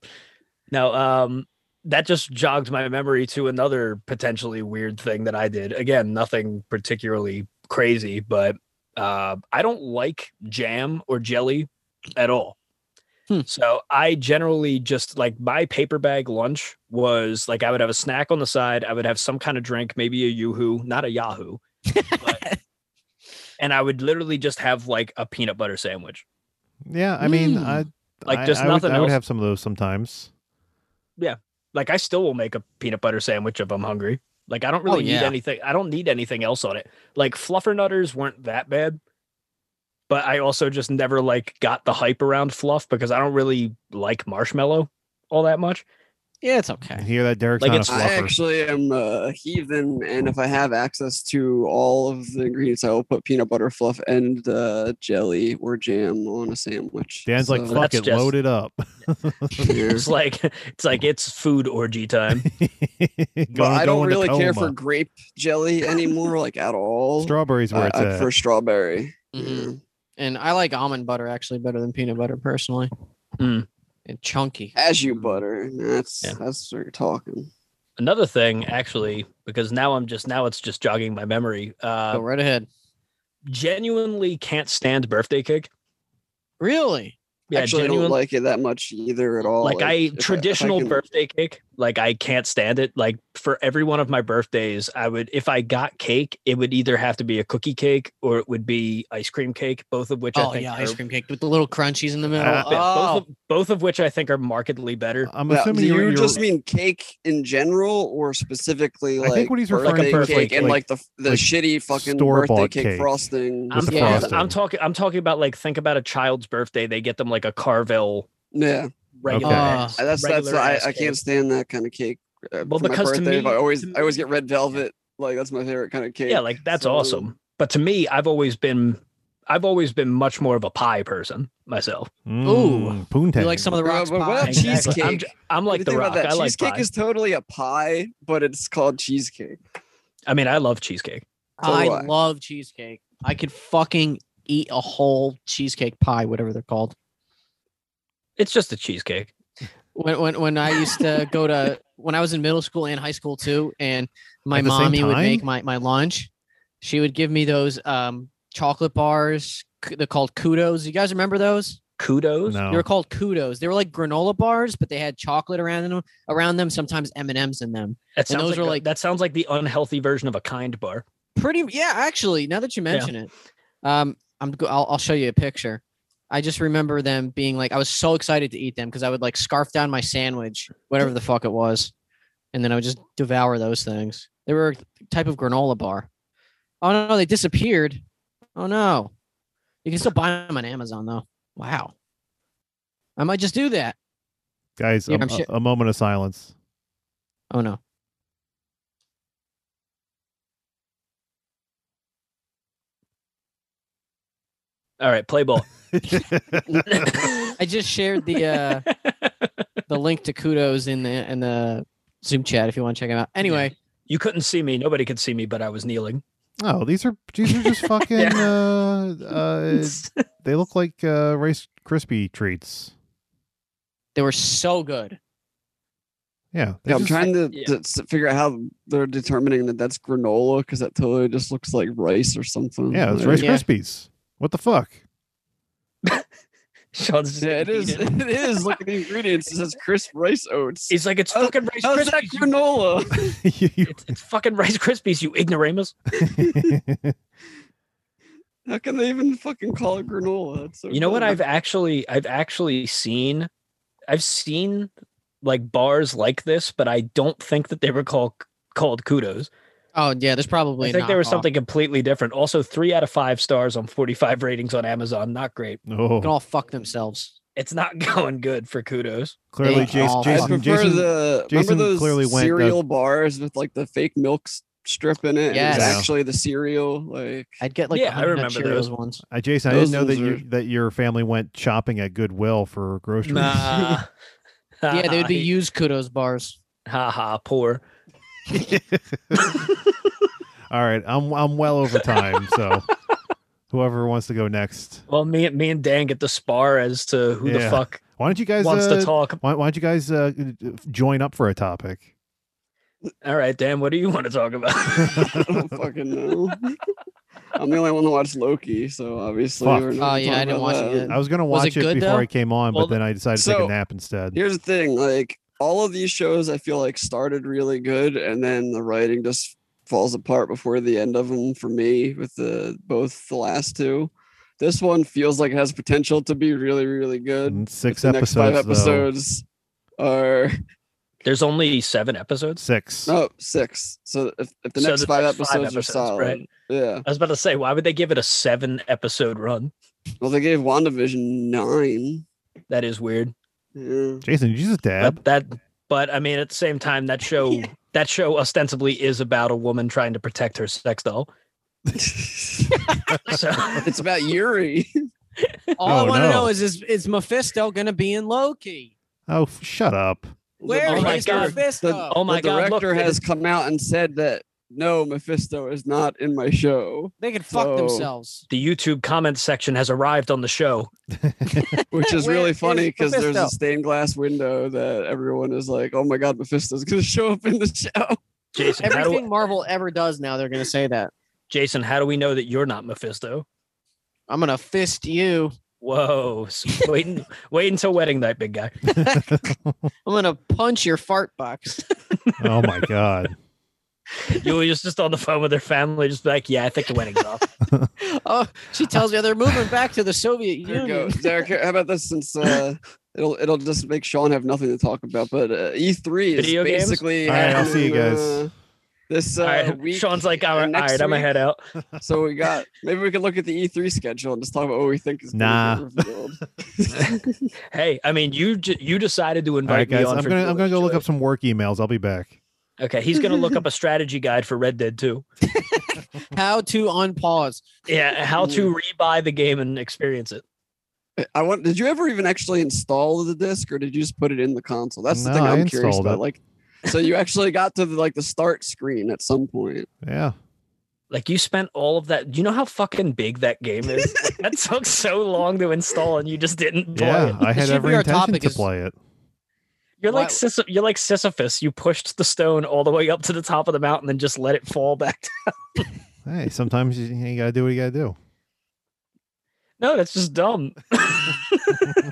No, um, that just jogged my memory to another potentially weird thing that I did. Again, nothing particularly crazy, but uh, I don't like jam or jelly at all.
Hmm.
So I generally just like my paper bag lunch was like I would have a snack on the side, I would have some kind of drink, maybe a yoo-hoo, not a Yahoo, but- and I would literally just have like a peanut butter sandwich.
Yeah, I mean,
Mm.
I
Like,
I-
just
I would-
nothing
I would
else.
have some of those sometimes.
like I still will make a peanut butter sandwich if I'm hungry. Like I don't really
Oh, yeah.
need anything. I don't need anything else on it. Like fluffernutters weren't that bad, but I also just never like got the hype around fluff because I don't really like marshmallow all that much.
yeah, it's
You
okay.
hear that, Derek's
Like,
not a
it's-
I
fluffer.
actually am a heathen, and if I have access to all of the ingredients, I will put peanut butter fluff and uh, jelly or jam on a sandwich.
Dan's like,
So-
fuck
That's
it,
just-
load it up.
Yeah.
It's like it's like it's food orgy time.
but
Gonna
I
go
don't
into
really care for
coma.
grape jelly anymore, like at all.
strawberries where
I,
it's
I
at.
prefer strawberry.
Mhm.
Mm-hmm.
Yeah.
And I like almond butter actually better than peanut butter personally. Hmm.
Mm.
And chunky.
Cashew butter. That's
Mm-hmm. Yeah.
that's what you're talking.
Another thing, actually, because now I'm just now it's just jogging my memory.
Go
Uh,
right ahead.
genuinely can't stand birthday cake.
Really?
Yeah,
Actually, I
genuine-
don't like it that much either at all.
like, I
if if
traditional
can-
birthday cake, like I can't stand it. Like for every one of my birthdays, I would if I got cake, it would either have to be a cookie cake or it would be ice cream cake, both of which I
oh
think
yeah,
are,
ice cream cake with the little crunchies in the middle.
Uh,
both,
oh,
of, both of which I think are markedly better.
I'm
Yeah,
assuming
do you
you're, you're-
just mean cake in general, or specifically
I
like
think what he's
birthday
referring to is,
cake
like-
and
like-
like, the the
like
shitty fucking
store-bought
birthday cake,
cake.
frosting.
I'm,
the
yeah,
frosting.
I'm talking I'm talking about like think about a child's birthday, they get them like a Carvel
yeah,
regular.
Okay.
Ah,
ass-
I- that's that's
regular
I,
ass
I
cake.
can't stand that kind of cake. uh,
Well,
for my
because to
birthday,
me-
I always
to
I always get red velvet. Like that's my favorite kind of cake.
Yeah, like that's
So-
awesome. But to me, I've always been I've always been much more of a pie person myself.
Mm, poontang.
You like some of the
Yeah,
rocks?
but what
pie?
about cheesecake?
I'm, j- I'm like the
What do you
rock.
think about
I
that?
like
cheesecake
pie.
is totally a pie, but it's called cheesecake.
I mean, I love cheesecake.
So
I
do I.
love cheesecake. I could fucking eat a whole cheesecake pie, whatever they're called.
It's just a cheesecake.
When when when I used to go to when I was in middle school and high school too, and my
At the same
mommy would
time?
make my my lunch. She would give me those um chocolate bars. c- They're called kudos. You guys remember those?
Kudos.
no.
They were called kudos. They were like granola bars, but they had chocolate around them. Around them, sometimes M and M's in them.
That sounds
those
like,
are
a-
like-
that sounds like the unhealthy version of a kind bar.
Pretty, yeah. Actually, now that you mention it, um, I'm. go- I'll, I'll show you a picture. I just remember them being like, I was so excited to eat them because I would like scarf down my sandwich, whatever the fuck it was, and then I would just devour those things. They were a type of granola bar. Oh no, they disappeared. Oh no, you can still buy them on Amazon though. Wow, I might just do that.
Guys,
Yeah,
a-
I'm shi-
a moment of silence.
Oh no.
All right, play ball.
I just shared the uh the link to kudos in the in the Zoom chat if you want to check it out. Anyway,
you couldn't see me. Nobody could see me, but I was kneeling.
Oh, these are these are just fucking. uh, uh, they look like uh, Rice Krispie treats.
they were so good.
Yeah, they
Yeah, I'm
just-
trying to,
yeah.
to s- figure out how they're determining that that's granola because that totally just looks like rice or something.
Yeah, it's Rice
Yeah.
Krispies. What the fuck?
Sean's just
Yeah, it is.
eating.
It is. Look at the ingredients. It says crisp rice oats.
He's like, it's
How-
fucking Rice
How's Oh, that
Krispies. you-
granola?
You- you-
It's, it's fucking Rice Krispies, you ignoramus.
How can they even fucking call it granola? That's so
You know what?
dumb.
I've actually, I've actually seen, I've seen like bars like this, but I don't think that they were called called kudos.
Oh yeah, there's probably
I think there was
knockoff.
something completely different. Also, three out of five stars on 45 ratings on Amazon. Not great.
They can
oh,
all fuck themselves.
It's not going good for kudos.
clearly,
They can
Jason.
all
I
fuck
Jason,
prefer
Jason
the
Jason
remember those
clearly went the-
cereal bars with like the fake milk s- strip in it. and
Yes.
It was
Yeah.
actually the cereal. Like
I'd get like
Yeah,
the
I
Honey Nut
remember those.
Cheerios ones.
Uh, Jason, I didn't
Those
know that you
ones
that your family went shopping at Goodwill for groceries.
Uh,
Yeah, they would be
Ha,
used kudos bars.
Ha ha, poor.
All right, I'm I'm well over time, so whoever wants to go next,
Well, me, and me and Dan get to spar as to who
Yeah.
the fuck
why don't you guys
wants
uh,
to talk.
Why, why don't you guys uh, join up for a topic?
All right, Dan, what do you want to talk about?
I don't fucking know. I'm the only one that watched Loki, so obviously.
Fuck.
we're not
Oh
gonna
yeah,
talk
I didn't
about
watch
that.
it.
I
Yet.
was gonna
Was
watch
it good,
before
though?
I came on,
Well,
but then I decided to take
so-
a nap instead.
Here's the thing, like all of these shows, I feel like started really good, and then the writing just falls apart before the end of them for me. With the both the last two, this one feels like it has potential to be really, really good.
And
but
Six
the
episodes.
next five
though.
episodes are
There's only seven episodes.
Six.
no six. So if, if the
So
next
the
five
next
episodes,
five
are
episodes,
solid,
right.
yeah.
I was about to say, why would they give it a seven episode run?
Well, they gave Wandavision nine.
That is weird.
Yeah.
Jason, did you just dab?
But that, but I mean, at the same time, that show, that show ostensibly is about a woman trying to protect her sex doll.
it's
So
about Yuri.
All I
Oh,
want to
no.
know is, is is Mephisto gonna be be in Loki?
Oh, f- shut up.
Where is
my God.
Mephisto?
The-
oh my
the
god,
director
look,
has come out and said that no, Mephisto is not in my show,
they could fuck
So-
themselves.
the YouTube comments section has arrived on the show.
which is
Where
really
is
funny because there's
Mephisto?
a stained glass window that everyone is like, "Oh my God, Mephisto's gonna show up in the show."
Jason, how do,
Everything Marvel ever does now, they're gonna say that.
Jason, how do we know that you're not Mephisto?
I'm gonna fist you.
Whoa, s- wait, un- wait until wedding night, big guy.
I'm gonna punch your fart box.
Oh my god.
Julia's just on the phone with her family, just like, yeah, I think the wedding's off.
oh, she tells me they're moving back to the Soviet
There
Union.
you go, Derek. How about this? Since uh, it'll it'll just make Sean have nothing to talk about, but uh, E3 is
Video games?
basically.
All right, I'll see you
happening,
guys.
uh, this uh,
All right,
week,
Sean's like, all right,
and
all
next
right, I'm gonna
week-
head out.
so we got maybe we could look at the E3 schedule and just talk about what we think is
Nah.
gonna get revealed.
Hey, I mean, you j- you decided to
All right,
invite me
guys.
on.
I'm
for
gonna I'm gonna go
Julia's
look up
choice.
some work emails. I'll be back.
Okay, he's gonna look up a strategy guide for Red Dead 2.
How to unpause.
Yeah, how to rebuy the game and experience it.
I want. Did you ever even actually install the disc, or did you just put it in the console? That's the
No,
thing
I
I'm curious
installed
about.
it.
Like, so you actually got to the, like the start screen at some point.
Yeah.
Like you spent all of that. Do you know how fucking big that game is? Like, that took so long to install, and you just didn't play
Yeah.
it.
I had
should be
every
our
intention
topic
to
is-
play it.
You're
Why-
like Sisyphus. You're like Sisyphus. You pushed the stone all the way up to the top of the mountain and just let it fall back. down.
Hey, sometimes you, you gotta do what you gotta do.
no, that's just dumb.
I'm,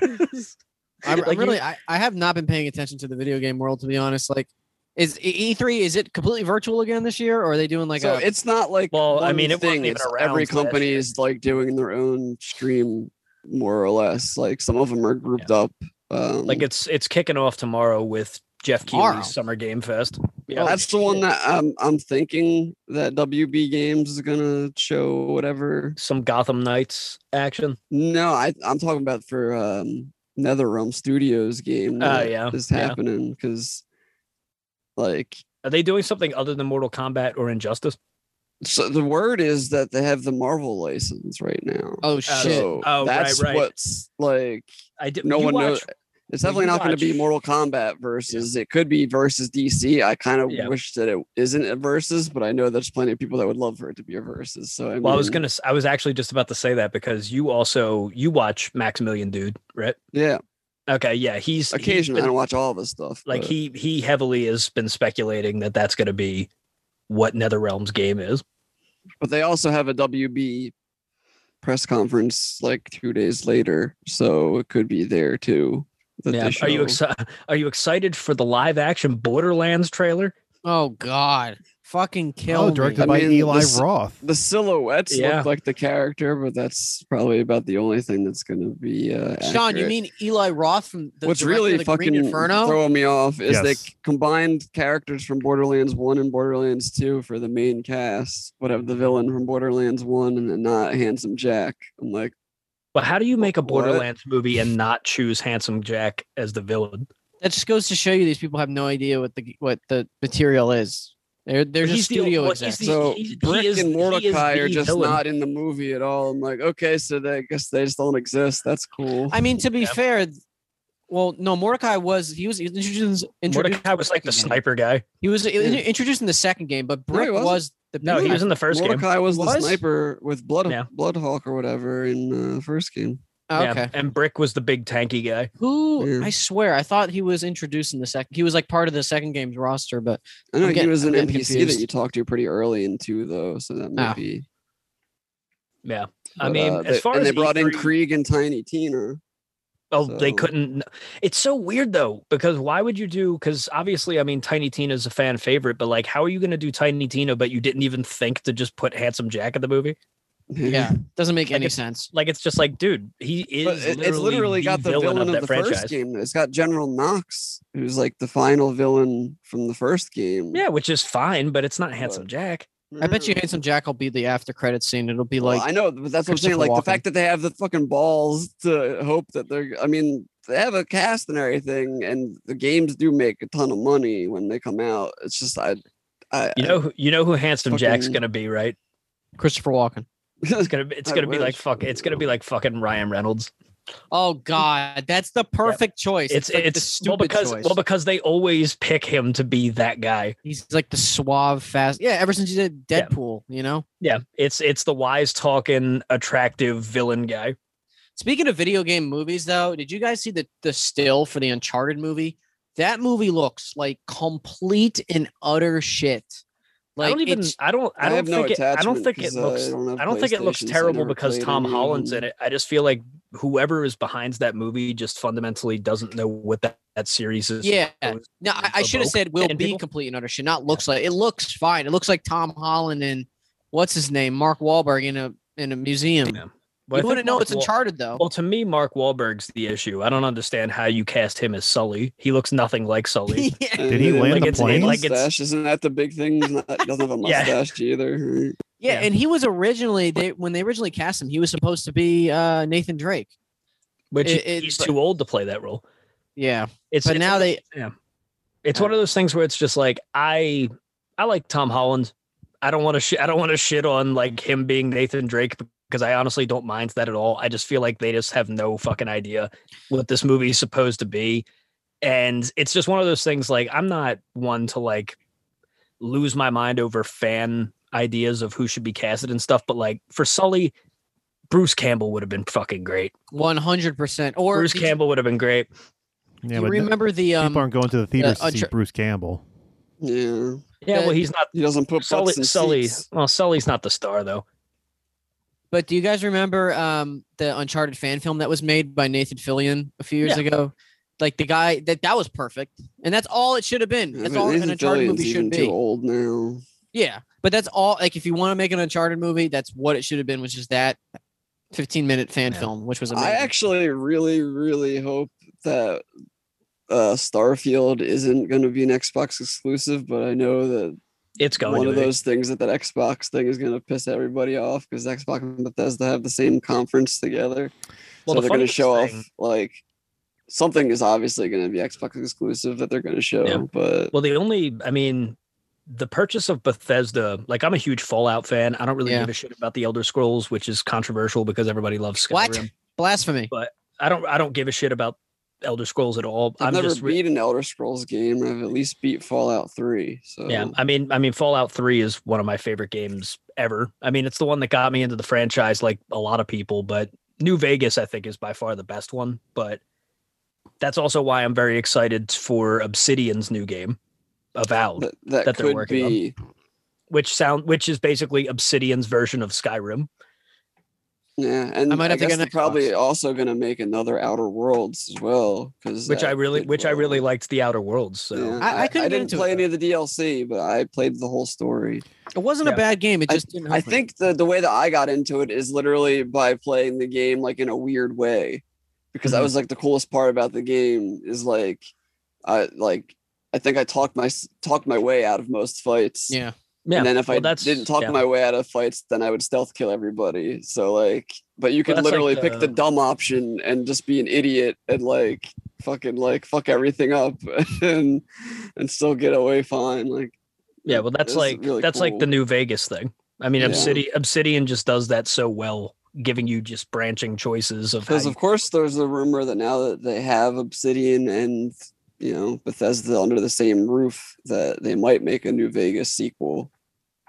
I'm
Like, you-
really. I, I have not been paying attention to the video game world to be honest. Like, is E- E3 is it completely virtual again this year, or are they doing like
so
a?
it's not like
Well, I
one
mean, it wasn't
thing.
even
It's
around
every
last
company
year.
is like doing their own stream, more or less. Like some of them are grouped up. Um,
like it's it's kicking off tomorrow with Jeff
Tomorrow.
Keighley's Summer Game Fest. Yeah,
that's the one that I'm I'm thinking that WB Games is gonna show whatever.
some Gotham Knights action.
No, I I'm talking about for um NetherRealm Studios game.
Oh,
that
yeah,
is
yeah.
happening because like
Are they doing something other than Mortal Kombat or Injustice?
so the word is that they have the Marvel license right now.
oh shit!
so
Oh, right,
that's
right.
what's like
I did.
no
you
one
watch-
knows. It's
Yeah,
definitely
you
not going to be
watch-
Mortal Kombat versus. It could be versus DC. I kind of
Yeah.
wish that it isn't a versus, but I know there's plenty of people that would love for it to be a versus. So I,
Well, I was
mean,
gonna. s- I was actually just about to say that because you also you watch Maximilian Dude, right?
yeah.
Okay, yeah, he's he's
Occasionally, I
been-
don't watch all of his stuff.
like
but-
he he heavily has been speculating that that's going to be what NetherRealm's game is.
but they also have a WB press conference like two days later, so it could be there too. that they
Are you
show.
excited? Are you excited for the live action Borderlands trailer?
Oh god! Fucking kill
Oh,
me.
directed
I
by
mean,
Eli
this-
Roth.
The silhouettes
Yeah.
look like the character, but that's probably about the only thing that's going to be. Uh,
Sean, you
accurate.
mean Eli Roth from the
What's
director of
really
the
fucking
Green Inferno?
throwing me off is they
Yes.
c- combined characters from Borderlands One and Borderlands Two for the main cast, but have the villain from Borderlands One and then not Handsome Jack. I'm like,
But how do you make a
What?
Borderlands movie and not choose Handsome Jack as the villain?
that just goes to show you these people have no idea what the what the material is. They're they're
He's
just
the-
studio
well, he's
execs.
the-
so
he's- he
Brick
is- he
and
is
Mordecai are
the
just
villain.
not in the movie at all. I'm like, okay, so they, I guess they just don't exist. That's cool.
I mean, to be
Yeah.
fair, th- well, no, Mordecai was he was introduced. introduced
Mordecai was like the
Again.
sniper guy.
he was in- introduced in the second game, but
No, he
Brick
wasn't.
was the
No, he
big
was in the first game.
Mordecai was the
Was?
sniper with Blood
Yeah.
Bloodhawk or whatever in uh, the first game.
guy.
Yeah,
okay.
and Brick was the big tanky guy.
Who
Yeah.
I swear I thought he was introduced in the second. He was like part of the second game's roster, but
I know
I'm
he
getting-
was
I'm
an
getting
NPC that
confused.
you talked to pretty early in two though, so that might
Ah.
be.
Yeah, I
but,
mean,
uh,
as
they-
far
and
as
they brought in
E3
Krieg and Tiny Tina.
Oh, they
So-
couldn't. It's so weird though, because why would you do? Because obviously, I mean, Tiny Tina's a fan favorite, but like, how are you going to do Tiny Tina? But you didn't even think to just put Handsome Jack in the movie.
yeah, doesn't make
Like
any
it's-
sense.
Like, it's just like, dude, he is.
But it-
literally
it's literally
the
got the villain, of,
that
the
franchise.
first game. It's got General Knox, who's like the final villain from the first game.
Yeah, which is fine, but it's not Handsome
But-
Jack.
I bet you Handsome Jack will be the after credit scene. It'll be
Well,
like
I know, but that's what I'm
Christopher
saying. Like the
Walken.
fact that they have the fucking balls to hope that they're. I mean, they have a cast and everything, and the games do make a ton of money when they come out. It's just I, I
You know, who- you know who Handsome Jack's
fucking-
going to be, right?
Christopher Walken.
It's going to be. It's
I
going to be like
wish.
fuck. It's going to be like fucking Ryan Reynolds.
Oh God, that's the perfect choice.
It's
like the
it's well
stupid
because
choice.
well because they always pick him to be that guy.
He's like the suave, fast. Yeah, ever since he did
Yeah.
Deadpool, you know.
Yeah, it's it's the wise talking, attractive villain guy.
Speaking of video game movies, though, did you guys see the the still for the Uncharted movie? That movie looks like complete and utter shit. Like
I don't even.
it's
I don't. I,
have
don't
no
think it. I don't
attachment
think it
'cause, uh,
looks. I
have
don't, think it looks
PlayStation, so I
terrible
never
because
played
Tom
any of
Holland's
them.
in it. I just feel like whoever is behind that movie just fundamentally doesn't know what that, that series is.
yeah.
supposed
No, I, I
to
should have
evoke
said will
in
be
people.
complete and utter shit. Not looks like it looks fine. It looks like Tom Holland and what's his name, Mark Wahlberg in a in a museum.
Yeah. But I
You
think
wouldn't know
Mark
it's
Wahl-
Uncharted though.
Well, to me, Mark Wahlberg's the issue. I don't understand how you cast him as Sully. He looks nothing like Sully.
yeah,
And
Did he
then,
land
like,
the
it's-
plane?
like, it's-
mustache. Isn't that the big thing? He's not- He doesn't have a
Yeah.
mustache either.
yeah, and he was originally they when they originally cast him, he was supposed to be uh, Nathan Drake.
Which
It-
he-
it-
he's
but-
too old to play that role.
Yeah,
It's
but
it's
now
one of-
they
It's one of those things where it's just like I I like Tom Holland. I don't want to. Sh- I don't want to shit on like him being Nathan Drake because I honestly don't mind that at all. I just feel like they just have no fucking idea what this movie is supposed to be, and it's just one of those things. Like I'm not one to like lose my mind over fan ideas of who should be casted and stuff, but like for Sully, Bruce Campbell would have been fucking great.
One hundred percent. Or
Bruce
did you-
Campbell would have been great.
do
Yeah,
you
but no-
remember the um?
people aren't going to the theaters to see
Untra-
Bruce Campbell.
Yeah,
Yeah,
Uh,
well, he's not.
he doesn't put
Sully,
butts in
Sully,
seats.
well, Sully's not the star though.
But do you guys remember um the Uncharted fan film that was made by Nathan Fillion a few years ago? Like the guy that that was perfect, and that's all it should have been.
Yeah,
That's
but
all an
Nathan
Uncharted
Fillion's
movie
even
should be.
Too old now.
Yeah, but that's all. Like, if you want to make an Uncharted movie, that's what it should have been, which is that 15 minute fan
Yeah.
film, which was amazing.
I actually really, really hope that uh, Starfield isn't going to be an Xbox exclusive, but I know that
It's going
one
to
of
be.
those things that that Xbox thing is going to piss everybody off because Xbox and Bethesda have the same conference together.
Well,
so
the
they're going to
funniest
show
thing-
off like something is obviously going to be Xbox exclusive that they're going to show,
Yeah.
but
Well, the only, I mean, the purchase of Bethesda, like I'm a huge Fallout fan. I don't really
Yeah.
give a shit about the Elder Scrolls, which is controversial because everybody loves Skyrim.
What? Blasphemy.
I don't, I don't give a shit about Elder Scrolls at all.
I've
am
never
just, re-
beat an Elder Scrolls game. I've at least beat Fallout Three. So
yeah. I mean, I mean, Fallout Three is one of my favorite games ever. I mean, it's the one that got me into the franchise, like a lot of people. But New Vegas, I think, is by far the best one. But that's also why I'm very excited for Obsidian's new game, Avowed.
that, that,
That they're
could
working on.
be.
which sound which is basically Obsidian's version of Skyrim.
Yeah, and
I might have to
guess
get an
they're probably also going to make another Outer Worlds as well. Because
which I really which I really liked the Outer Worlds. So
Yeah.
I- I couldn't get
I didn't
into it,
play any
though.
of the DLC, but I played the whole story.
It wasn't a
Yeah.
bad game. It just didn't.
I
hook me.
think the the way that I got into it is literally by playing the game like in a weird way, because that
Mhm.
was like the coolest part about the game is like, I like I think I talked my s- talked my way out of most fights.
Yeah.
And then if I
well, that's-
didn't talk
yeah.
my way out of fights, then I would stealth kill everybody. So like, but you could
that's like
literally pick the
the-
dumb option and just be an idiot and like fucking like fuck everything up and and still get away fine. Like,
Ah, yeah, well that's
this is
like
really
that's like the
cool.
new Vegas thing. I mean,
Yeah.
Obsidian Obsidian just does that so well, giving you just branching choices of how
Because
you-
of course, there's a rumor that now that they have Obsidian and you know Bethesda under the same roof, that they might make a new Vegas sequel.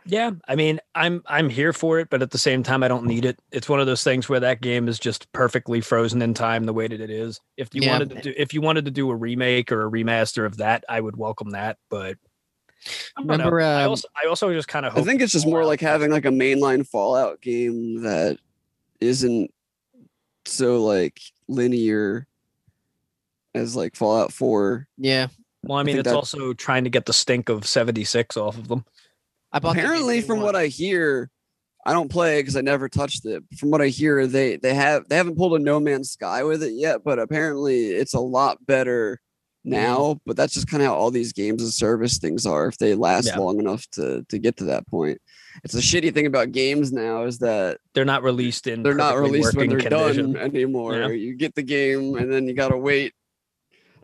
yeah. I mean, I'm I'm here for it, but at the same time, I don't need it. It's one of those things where that game is just perfectly frozen in time the way that it is. If you
Yeah.
wanted to do if you wanted to do a remake or a remaster of that, I would welcome that. But I don't know.
Remember,
I
um,
also I also just kind of
I
hope
think it's just more
Fallout
like having like a mainline Fallout game that isn't so like linear as like Fallout Four.
yeah.
Well, I mean,
think
it's
that-
also trying to get the stink of 76 off of them.
I bought the
Apparently,
game day
from
one.
what I hear, I don't play because I never touched it. From what I hear, they they have they haven't pulled a No Man's Sky with it yet, but apparently it's a lot better
Mm-hmm.
now. But that's just kind of how all these games and service things are. If they last
Yeah.
long enough to to get to that point, it's a shitty thing about games now is that
They're not released in
they're not
perfectly
released when they're
working condition.
done anymore.
Yeah.
You get the game and then you gotta wait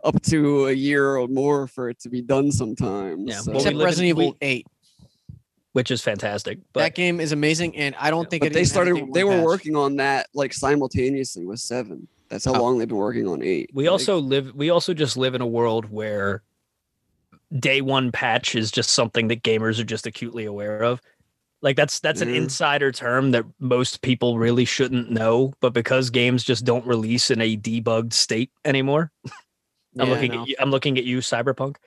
up to a year or more for it to be done sometimes.
Yeah,
So-
Well, we
Except
live in-
Resident
we-
Evil 8.
which is fantastic.
that
But
game is amazing, and I don't
Yeah.
think it
but
even
they
had a
started
day one
they were
patch.
working on that like simultaneously with seven that's how
Oh.
long they've been working on eight
we
Like,
also live, we also just live in a world where day one patch is just something that gamers are just acutely aware of. Like that's that's an
Yeah.
insider term that most people really shouldn't know, but because games just don't release in a debugged state anymore. I'm
Yeah, I
looking
know.
at you, I'm looking at you, Cyberpunk.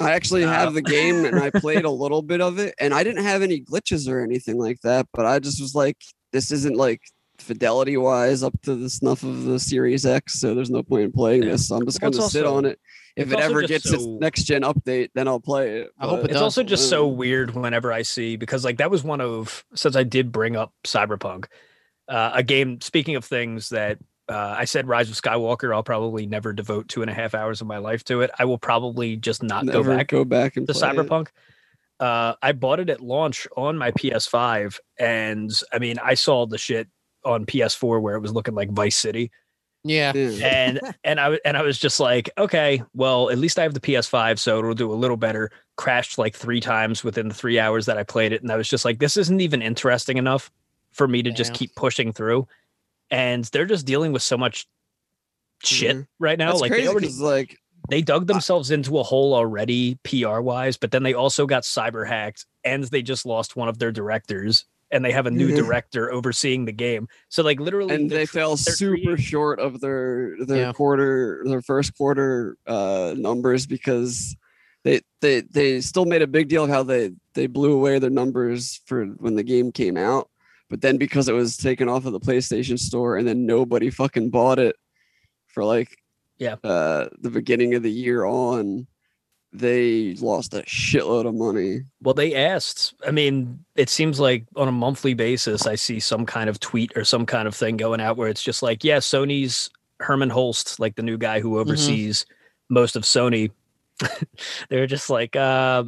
i actually
Uh,
have the game and i played a little bit of it and i didn't have any glitches or anything like that but i just was like this isn't like fidelity wise up to the snuff of the series x so there's no point in playing
Yeah.
this so i'm just
Well,
going
it's
to sit
also-
on it if
it's
it
also
ever
just
gets its
so-
next gen update then i'll play it
I hope
but-
it
it's also
does.
just so
Mm.
weird whenever I see because like that was one of since I did bring up Cyberpunk, uh, a game. Speaking of things that uh, I said, Rise of Skywalker, I'll probably never devote two and a half hours of my life to it. I will probably just not
never
go back
go back and
the
play it.
Cyberpunk. Uh, I bought it at launch on my PS5, and I mean, I saw the shit on PS4 where it was looking like Vice City,
Yeah.
Yeah.
and and I and I was just like, okay, well, at least I have the PS5, so it'll do a little better. Crashed like three times within the three hours that I played it, and I was just like, this isn't even interesting enough for me to just
Yeah.
keep pushing through. And they're just dealing with so much shit
Mhm.
right now.
That's
like
crazy
they already
'cause, like
they dug themselves into a hole already PR wise, but then they also got cyber hacked and they just lost one of their directors and they have a new
Mhm.
director overseeing the game. So like literally
and
they're
they
tr-
fell
they're
super
creating-
short of their their
Yeah.
quarter their first quarter uh numbers because they they they still made a big deal of how they they blew away their numbers for when the game came out but then because it was taken off of the PlayStation store and then nobody fucking bought it for like
Yeah.
uh the beginning of the year on they lost a shitload of money
Well, they asked. I mean, it seems like on a monthly basis, I see some kind of tweet or some kind of thing going out where it's just like, yeah, Sony's Herman Holst, like the new guy who
Mm-hmm.
oversees most of Sony. They're just like, uh,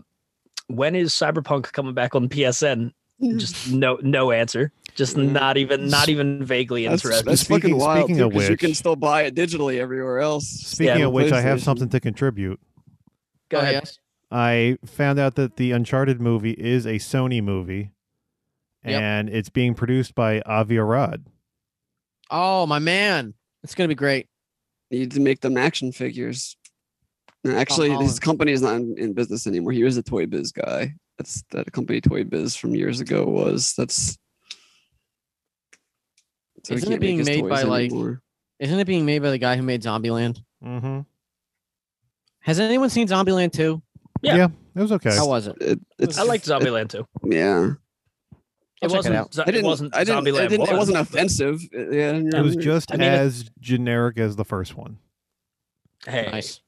when is Cyberpunk coming back on PSN?
Mm.
Just no, no answer. Just
Mhm.
not even, not even vaguely
that's,
interested.
that's fucking
Speaking-
wild
speaking
too,
of
'cause you can
which-
still buy it digitally everywhere else
Speaking
Yeah.
of which, I have
PlayStation.
something to contribute.
Go
Oh,
ahead.
yes.
I found out that the Uncharted movie is a Sony movie,
Yep.
and it's being produced by Avi Arad.
Oh, my man. It's going to be great.
need to make them action figures. No, actually, his
Holland.
company is not in, in business anymore. He was a Toy Biz guy. That's that company Toy Biz from years ago was. That's he
Isn't it
can't make
being
his
made
toys
by, like-
anymore.
Isn't it being made by the guy who made Zombieland?
Mm-hmm.
Has anyone seen Zombieland 2?
Yeah.
It was okay.
How was it?
It, it's,
I liked Zombieland too. It
Yeah,
check it
wasn't.
out.
zo-
I
it
didn't.
wasn't.
I didn't. I
Zombieland
didn't it
one,
wasn't
but-
offensive. It-
It
Yeah,
was
no,
just
Um, I mean, it-
as generic as the first one.
Hey,
Nice.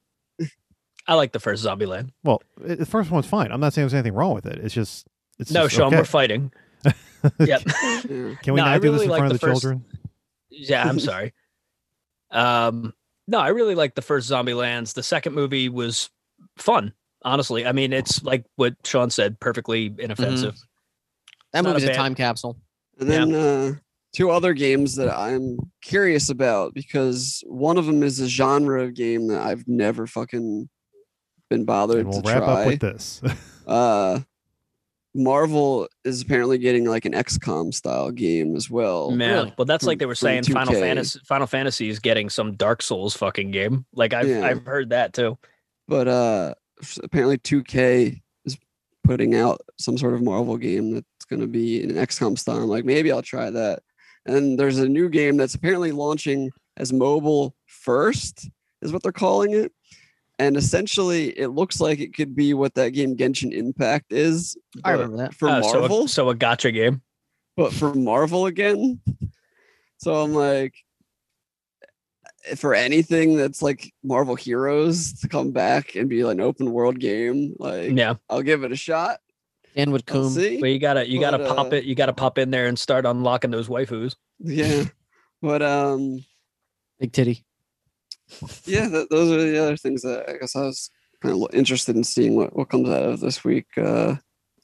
I like the first Zombieland.
Well, it, the first one's fine. I'm not saying there's anything wrong with it. It's just it's
No,
just
Sean,
okay.
we're fighting. yeah.
yeah.
Can we
No, I
not do this
really
in
like
front of
the
the
first-
children?
Yeah, I'm sorry. um, no, I really like the first Zombie Lands. The second movie was fun, honestly. I mean, it's like what Sean said, perfectly inoffensive.
Mm-hmm.
That
Not a
movie's a,
bad-
time capsule.
And
Yeah.
then uh, two other games that I'm curious about because one of them is a genre of game that I've never fucking been bothered
And we'll
to
wrap
try.
up with this.
uh, Marvel is apparently getting like an XCOM style game as well.
Man,
really?
well, that's like they were
From-
saying.
from
Final
2K.
Fantasy, Final Fantasy is getting some Dark Souls fucking game. Like I've
Yeah.
I've heard that too.
But uh, s- apparently 2K is putting out some sort of Marvel game that's going to be in an XCOM style. I'm like, maybe I'll try that. And there's a new game that's apparently launching as mobile first, is what they're calling it. And essentially, it looks like it could be what that game Genshin Impact is.
I
but
remember that. Oh,
For
Uh, so,
Marvel.
a, so a gotcha game.
but for Marvel again. So I'm like, for anything that's like Marvel Heroes to come back and be an open world game, like
Yeah.
I'll give it a shot.
Danwood
I'll
Coombe.
see.
Well, you gotta you gotta
But, uh,
pop it. You gotta pop in there and start unlocking those waifus.
Yeah, but um,
Big titty.
yeah, th- those are the other things that I guess I was kind of interested in seeing what what comes out of this week. Uh,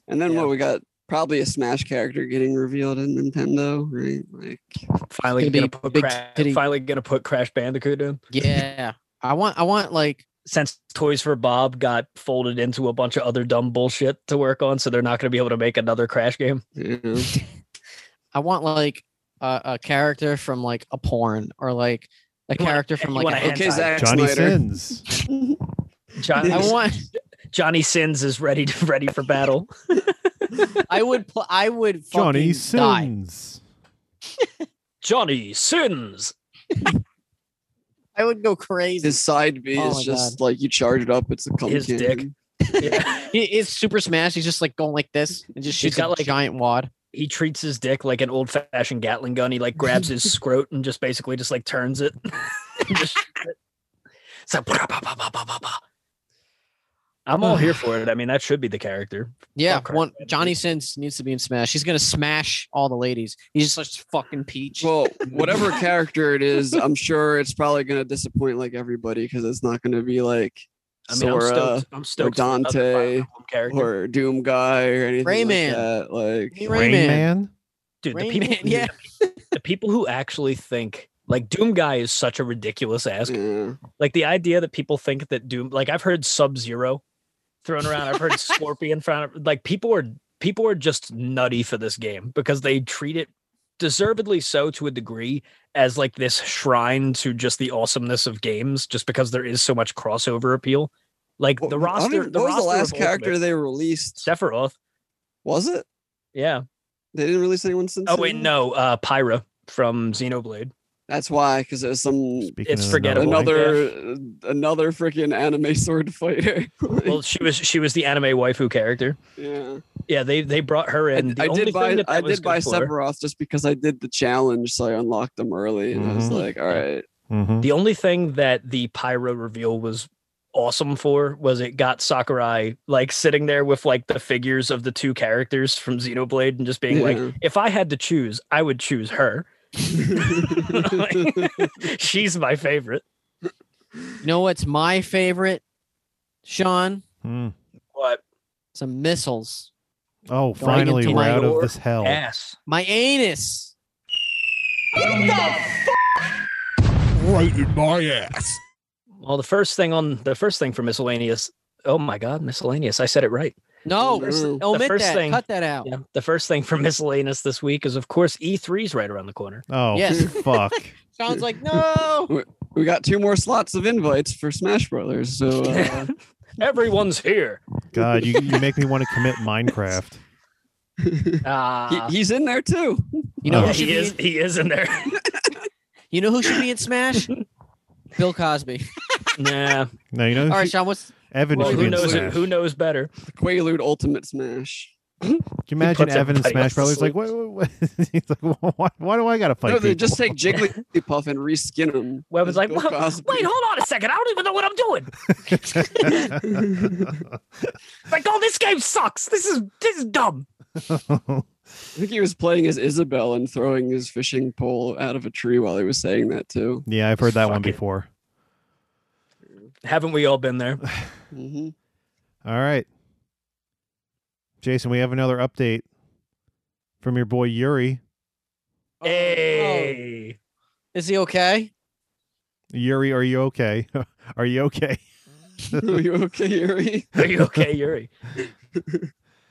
and then
Yeah.
what we got probably a Smash character getting revealed in Nintendo, right? Like.
Finally
gonna
gonna,
be
put
big
Cra-
titty.
finally gonna put Crash Bandicoot in.
Yeah. I want I want like
since Toys for Bob got folded into a bunch of other dumb bullshit to work on, so they're not going to be able to make another Crash game.
Yeah.
I want like a, a character from like a porn or like a
You want-
character from
you
like
want
a
a
Okay,
hentai.
Zack
Johnny
Snyder.
Sins.
John,
I want
Johnny Sins is ready to, ready for battle.
I would pl- I would
Johnny
fucking die.
Sins.
Johnny Sins.
I would go crazy.
His side B
Oh my
is just like you charge it up. It's a cum
His dick.
cannon.
Yeah.
He is super smash. He's just like going like this and just
He's
shoots
got,
a
like-
giant wad.
he treats his dick like an old fashioned Gatling gun. He like grabs his scrot and just basically just like turns it. Just- it's like, "Bah, bah, bah, bah, bah, bah, bah." I'm all here for it. I mean, that should be the character.
Yeah,
Fuck her.
one Johnny Sins needs to be in Smash. He's gonna smash all the ladies. He just starts fucking Peach.
Well, whatever character it is, I'm sure it's probably gonna disappoint like everybody because it's not gonna be like
I mean, I'm
Sora
stoked. I'm stoked. for another
Dante,
Fire Emblem character.
or Doom Guy or anything
Rayman.
like that. Like
Rain Man.
Rayman.
dude
Rain
the people
Man, yeah.
the people who actually think Like Doom Guy is such a ridiculous ask.
Yeah.
Like the idea that people think that Doom, like I've heard Sub Zero thrown around, I've heard Scorpion thrown. Like people are people are just nutty for this game because they treat it deservedly so to a degree as like this shrine to just the awesomeness of games, just because there is so much crossover appeal. Like
What-
the
I don't
roster,
even-
the
what was
roster
the last
of
character
Ultimate-
they released?
Sephiroth.
Was it?
Yeah.
They didn't release anyone since.
Oh wait,
then?
no. Uh, Pyra from Xenoblade.
That's why, because it was some
Speaking
It's
of
forgettable.
another one,
another another freaking anime sword fighter. Like,
Well, she was she was the anime waifu character.
yeah,
Yeah, they they brought her in.
I,
The
I
only
did buy
thing that that
I
was
did
good
buy
for her-
Sephiroth just because I did the challenge, so I unlocked them early, and I was
Mm-hmm.
Mhm.
like, all right,
Mhm.
The only thing that the pyro reveal was awesome for was it got Sakurai like sitting there with like the figures of the two characters from Xenoblade and just being
Yeah.
like, if I had to choose, I would choose her. She's my favorite.
You know what's my favorite, Sean?
Mm.
What
Some missiles.
Oh,
Going
finally
into
we're
my
out of
door.
this hell.
ass?
My anus.
Right in my ass.
Well, the first thing on the first thing for miscellaneous. Oh my god, miscellaneous! I said it right.
No,
The first-
omit
the
first
that.
thing-
Cut that out.
Yeah. The first thing for miscellaneous this week is, of course, E3's right around the corner.
Oh,
Yes.
fuck.
Sean's like, no.
we got two more slots of invites for Smash Brothers. So uh,
Everyone's here.
God, you, you make me want to commit Minecraft.
Uh,
he, he's in there too.
You know
Oh.
who should
he
be
is.
in-
He is in there.
you know who should be in Smash? Bill Cosby.
nah.
No, you know,
All right, Sean. What's
Evan
Well,
should be
who
in
knows?
Smash.
Who knows better?
Quaalude Ultimate Smash.
Can you imagine
puts
Evan and
everybody
Smash
else to
Brothers? Like, wait, wait, wait. He's like, why, why do I gotta fight?
no, they
people?
just take Jigglypuff and reskin him.
Web was
as
like,
Bill
"Whoa,
Cosby."
wait, hold on a second. I don't even know what I'm doing. Like, oh, this game sucks. This is this is dumb.
I think he was playing as Isabel and throwing his fishing pole out of a tree while he was saying that too.
yeah, I've heard that one
Fuck it.
before.
Haven't we all been there?
Mm-hmm.
All right, Jason, we have another update from your boy Yuri.
hey,
oh, is he okay?
Yuri, are you okay? are you okay?
Are you okay, Yuri?
are you okay, Yuri?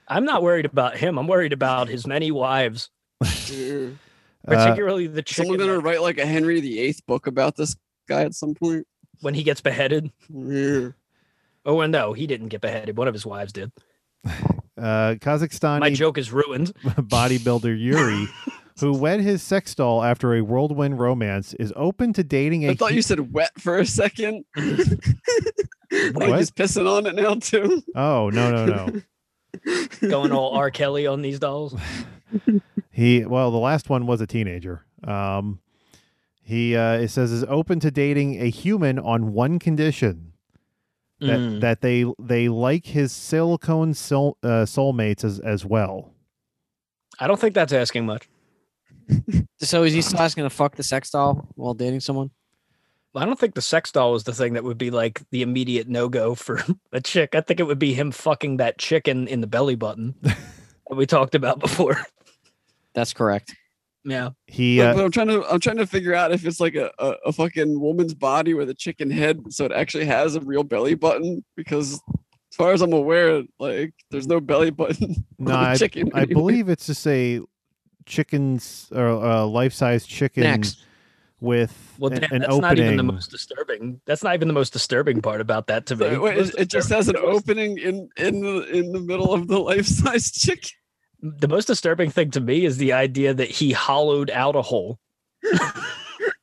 I'm not worried about him. I'm worried about his many wives,
Yeah.
Uh,
particularly the
Someone
chicken
gonna
that-
write like a Henry VIII book about this guy at some point.
when he gets beheaded.
Yeah.
Oh, well, no, he didn't get beheaded. One of his wives did.
uh, Kazakhstan
My joke is ruined.
bodybuilder Yuri, who wed his sex doll after a whirlwind romance, is open to dating a
I thought you said wet for a second. like
What?
he's pissing on it now too.
Oh no no no.
Going all R. Kelly on these dolls.
He well, the last one was a teenager. Um, he uh, it says is open to dating a human on one condition that
Mm.
that they they like his silicone soul, uh, soulmates as as well.
I don't think that's asking much.
So is he still asking to fuck the sex doll while dating someone?
I don't think the sex doll was the thing that would be like the immediate no go for a chick. I think it would be him fucking that chicken in the belly button that we talked about before.
That's correct.
Yeah.
He
But,
uh,
but I'm trying to I'm trying to figure out if it's like a, a, a fucking woman's body with a chicken head, so it actually has a real belly button. Because as far as I'm aware, like there's no belly button
no,
on a
I,
chicken.
I believe it's just a chicken's or uh, life size chicken
Next.
with
Well,
an,
damn,
an
that's
opening.
not even the most disturbing. That's not even the most disturbing part about that to me.
So, wait,
The most
it, it
disturbing-
just has an
the most-
opening in in the in the middle of the life size chicken.
The most disturbing thing to me is the idea that he hollowed out a hole.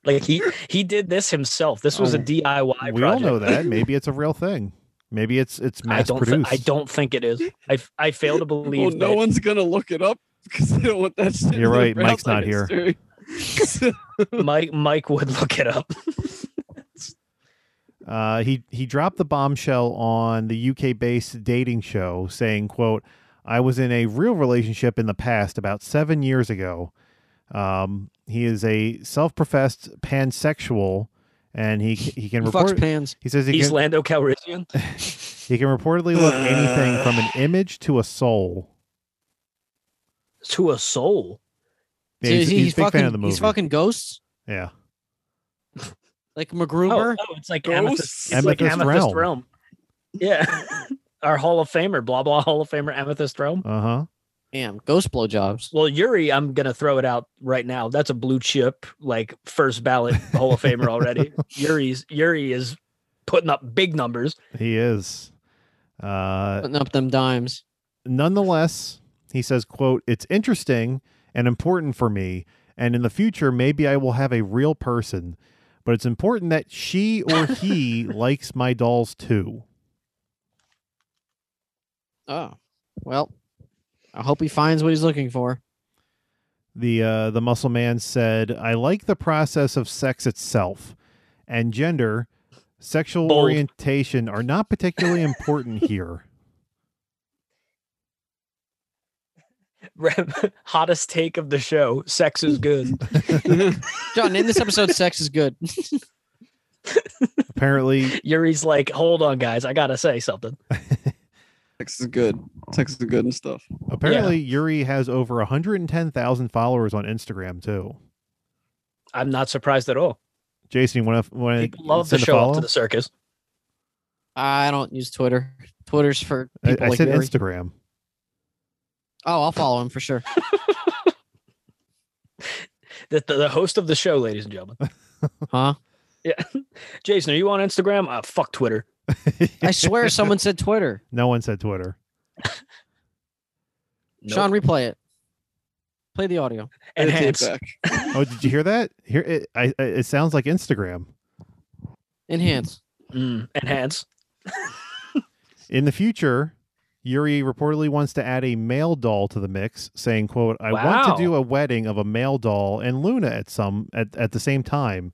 like he he did this himself. This was a
Oh,
DIY
we all
project.
know that. Maybe it's a real thing. Maybe it's it's
I
mass
don't. thi-
produced.
I don't think it is. I f- I fail to believe.
Well, no
that-
one's gonna look it up because they don't want that shit. in
You're
their
right, Mike's
browsing
not here.
history.
Mike Mike would look it up.
Uh, he he dropped the bombshell on the UK-based dating show, saying, "quote I was in a real relationship in the past about seven years ago. Um, he is a self-professed pansexual, and he he can
He fucks
report.
pans.
He says he
He's
can,
Lando Calrissian.
he can reportedly love anything from an image to a soul.
to a soul.
Yeah,
so
he's,
is he,
he's
he's
a big
fucking,
fan of the movie.
He's fucking ghosts.
yeah.
like
Oh,
MacGruber.
oh, it's like amethyst.
Ghosts?
It's like
Amethyst
amethyst realm.
Realm.
Yeah, our Hall of Famer, blah blah Hall of Famer, amethyst realm.
Uh huh.
Damn, ghost blowjobs.
Well, Yuri, I'm gonna throw it out right now. That's a blue chip, like first ballot Hall of Famer already. Yuri's Yuri is putting up big numbers.
He is. Uh,
Putting up them dimes.
nonetheless he says quote it's interesting and important for me and in the future maybe i will have a real person but it's important that she or he likes my dolls too
Oh, well, I hope he finds what he's looking for.
the uh, the muscle man said i like the process of sex itself and gender sexual
Bold.
orientation are not particularly important here
Rep- Hottest take of the show: sex is good.
John, in this episode, sex is good.
apparently
Yuri's like, hold on, guys, I gotta say something.
Sex is good. Sex is good and stuff.
apparently yuri has over 110000 followers on instagram too
I'm not surprised at all.
jason you want to want
People love to
a
show up
follow?
to the circus.
I don't use Twitter. Twitter's for
I-
people
I,
like
said
Yuri.
Instagram.
oh, I'll follow him for sure.
The, the, the host of the show, ladies and gentlemen.
Huh?
Jason, are you on Instagram? Uh, fuck Twitter.
I swear someone said Twitter.
no one said Twitter.
Nope.
Sean, replay it. Play the audio.
Get the tape
enhance.
back.
Oh, did you hear that? Here, it, I, I- it sounds like Instagram.
Enhance.
Mm, enhance.
In the future, Yuri reportedly wants to add a male doll to the mix, saying, "quote I want
Wow.
to do a wedding of a male doll and Luna at some at, at the same time.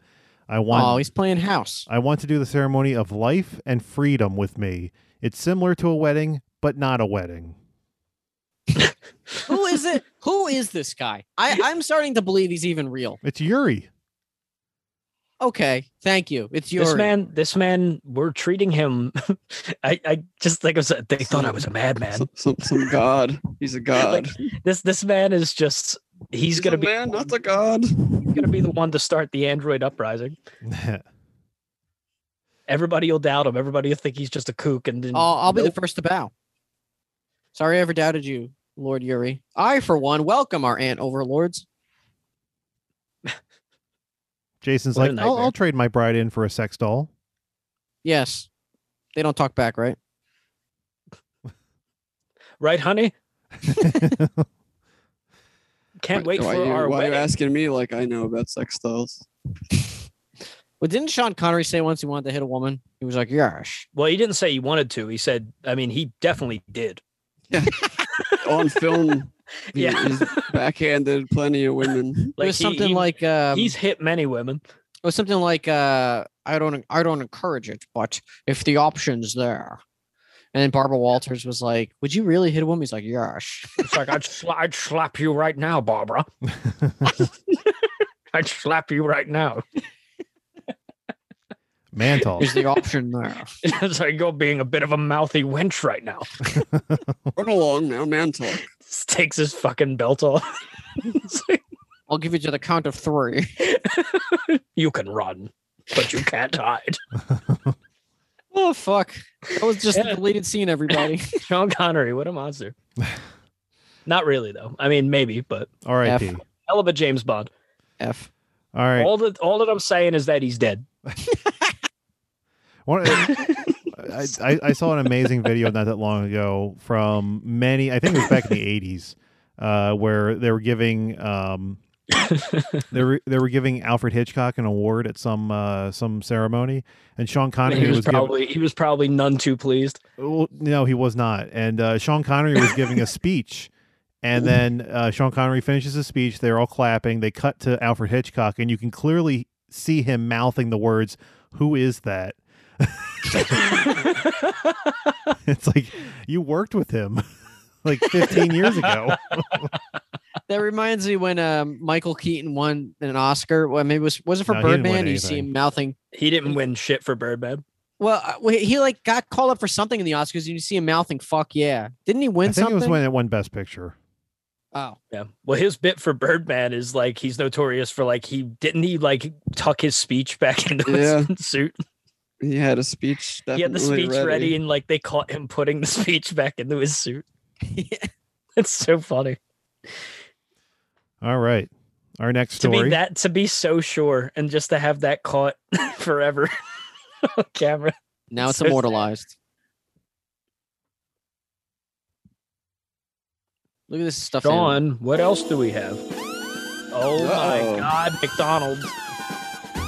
I want
Oh, he's playing house.
I want to do the ceremony of life and freedom with me. It's similar to a wedding, but not a wedding."
Who is it? Who is this guy? I, I'm starting to believe he's even real.
It's Yuri.
Okay, thank you. It's yours.
This man, this man, we're treating him. I, I just like I said, they thought I was a madman.
Some, some, some god. He's a god.
This this man is just he's, gonna
a
be
man,
the one-
not a god.
he's gonna be the one to start the android uprising. Everybody will doubt him. Everybody will think he's just a kook. And then
I'll, I'll be
Nope.
the first to bow. Sorry I ever doubted you, Lord Yuri. I, for one, welcome our ant overlords.
Jason's
What a
like, I'll,
nightmare."
"I'll trade my bride in for a sex doll."
Yes. They don't talk back, right?
right, honey. Can't wait
why
for
you,
our
Why
wedding.
you asking me like I know about sex dolls?
But didn't Sean Connery say once he wanted to hit a woman? He was like, Yes.
Well, he didn't say he wanted to. He said, I mean, he definitely did.
On film, he-
Yeah.
he's backhanded plenty of women.
it was
he-
something
he-
like um,
he's hit many women.
it was something like uh, I don't I don't encourage it, but if the option's there. And then Barbara Walters was like, Would you really hit a woman? He's like, Yes.
It's like I'd, sla- I'd slap you right now, Barbara. I'd slap you right now. Oh.
Mantle.
Is the option there?
it's like you're being a bit of a mouthy wench right now.
Run along now, man talk.
Just takes his fucking belt off. It's like,
I'll give you to the count of three.
you can run, but you can't hide.
oh fuck. That was just
Yeah.
a deleted scene, everybody.
Sean Connery, what a monster. Not really though. I mean, maybe, but
R.I.P.
F.
hell of a James Bond.
F.
All right.
All that all that I'm saying is that he's dead.
One, uh, I, I, I saw an amazing video not that long ago from many, I think it was back in the 80s, uh, where they were giving. Um, they were they were giving Alfred Hitchcock an award at some uh, some ceremony, and Sean Connery
he was,
giving-
probably he was probably none too pleased.
well, no, he was not. And uh, Sean Connery was giving a speech, and then uh, Sean Connery finishes his speech. They're all clapping. They cut to Alfred Hitchcock, and you can clearly see him mouthing the words, "Who is that?" It's like you worked with him like 15 years ago.
That reminds me when um, Michael Keaton won an Oscar. Well, maybe it was was it for
No, he didn't win
Birdman? You see
anything.
him mouthing.
he didn't win shit for Birdman.
Well, uh, wait, he like got called up for something in the Oscars, and you see him mouthing "fuck yeah." Didn't he win
I think
something?
it was when it won Best Picture.
Oh,
Yeah. Well, his bit for Birdman is like he's notorious for like he didn't he like tuck his speech back into
Yeah.
his suit.
He had a speech.
He had the
definitely
speech ready. and like they caught him putting the speech back into his suit.
Yeah.
It's so funny.
All right. Our next
To
story.
be that to be so sure and just to have that caught forever on camera.
now it's
So sad.
immortalized. Look at this stuff.
Sean, what else do we have? Oh
Uh-oh.
my god, McDonald's.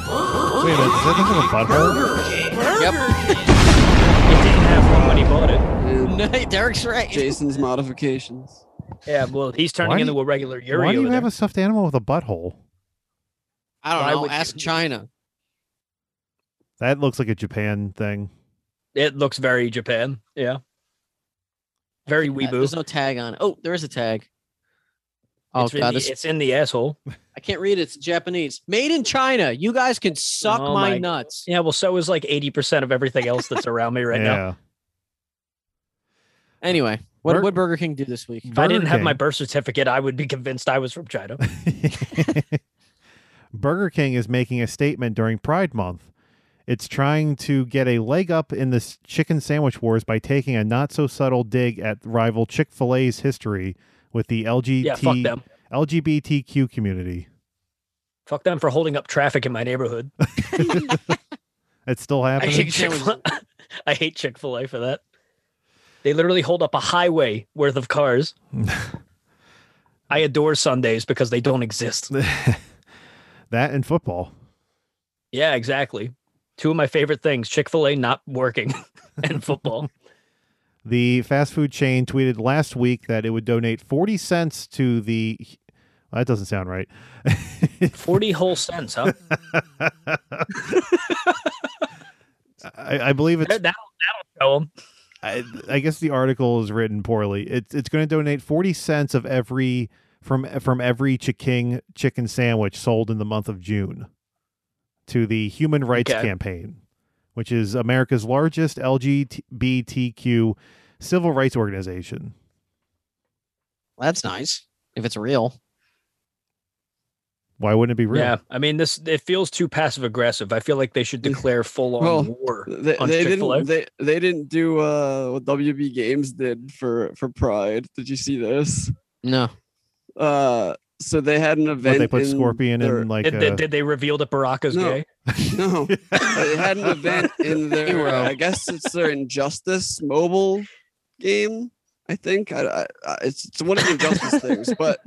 Wait a minute. Does that look like a butthole?
Yep.
It didn't have one when he bought it.
And
Derek's right.
Jason's modifications.
Yeah, well, he's turning
Why do
into
you-
a regular Uri.
Why do you
over
have
there.
a stuffed animal with a butthole?
I don't
Why
know.
would
Ask
you-
China.
That looks like a Japan thing.
It looks very Japan. Yeah. Very
Uh, There's
weeboo.
no tag on it. Oh, there is a tag. Oh
it's, in
god,
the,
this
it's in the asshole.
I can't read it. It's Japanese. Made in China. You guys can suck
Oh
my,
my-
nuts.
Yeah, well, so is like 80% of everything else that's around me right now.
yeah.
Anyway, what
Bur-
what Burger King do this week?
If I didn't have my
Burger
birth certificate, I would be convinced I was from China.
Burger King is making a statement during Pride Month. It's trying to get a leg up in the s- chicken sandwich wars by taking a not so subtle dig at rival Chick fil A's history with the LGBT,
Yeah, fuck them.
LGBTQ community.
Fuck them for holding up traffic in my neighborhood.
It's still
I
happening.
hate Chick-fil- I hate Chick-fil-A for that. They literally hold up a highway worth of cars. I adore Sundays because they don't exist.
that and football.
Yeah, exactly. Two of my favorite things, Chick-fil-A not working and football.
The fast food chain tweeted last week that it would donate 40 cents to the. Well, that doesn't sound right.
40 whole cents, huh?
I, I believe it's
That- that'll, that'll show 'em.
I, I guess the article is written poorly. It's it's going to donate forty cents of every from from every Chiking chicken sandwich sold in the month of June to the Human Rights
Okay.
Campaign, which is America's largest LGBTQ civil rights organization.
Well, that's nice. If it's real.
Why wouldn't it be real?
Yeah, I mean this. It feels too passive aggressive. I feel like they should declare full on
Well,
war.
They,
On
they
Chick-fil-A?
didn't. They, they didn't do uh, what WB Games did for for Pride. Did you see this?
No.
Uh, so they had an
What,
event.
they put
in
Scorpion
their-
in like uh,
Did, did-
a-
did they reveal that Baraka's
No.
gay?
No, they had an event in their.
Hero.
I guess it's their Injustice mobile game. I think I, I, I, it's, it's one of the Injustice things, but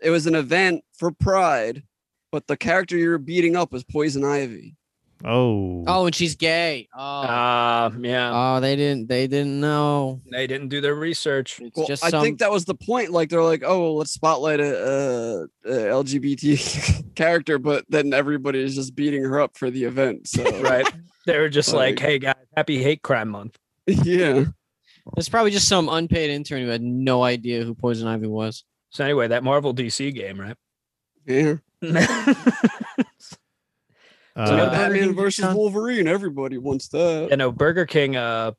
it was an event for Pride. But the character you were beating up was Poison Ivy.
oh
Oh, and she's gay. Oh,
Ah, yeah.
oh they didn't they didn't know.
they didn't do their research.
It's
Well,
just
I
some
think that was the point. Like they're like, oh, well, let's spotlight a, a, a LGBT character, but then everybody is just beating her up for the event. So
Right. They were just like,
Like-
"Hey guys, happy hate crime month."
yeah,
it's probably just some unpaid intern who had no idea who Poison Ivy was.
So anyway, that Marvel DC game, right? Uh,
yeah. So
Uh,
Burger King
Batman
do,
versus
Sean?
Wolverine. Everybody wants that.
you know, Burger King. Uh,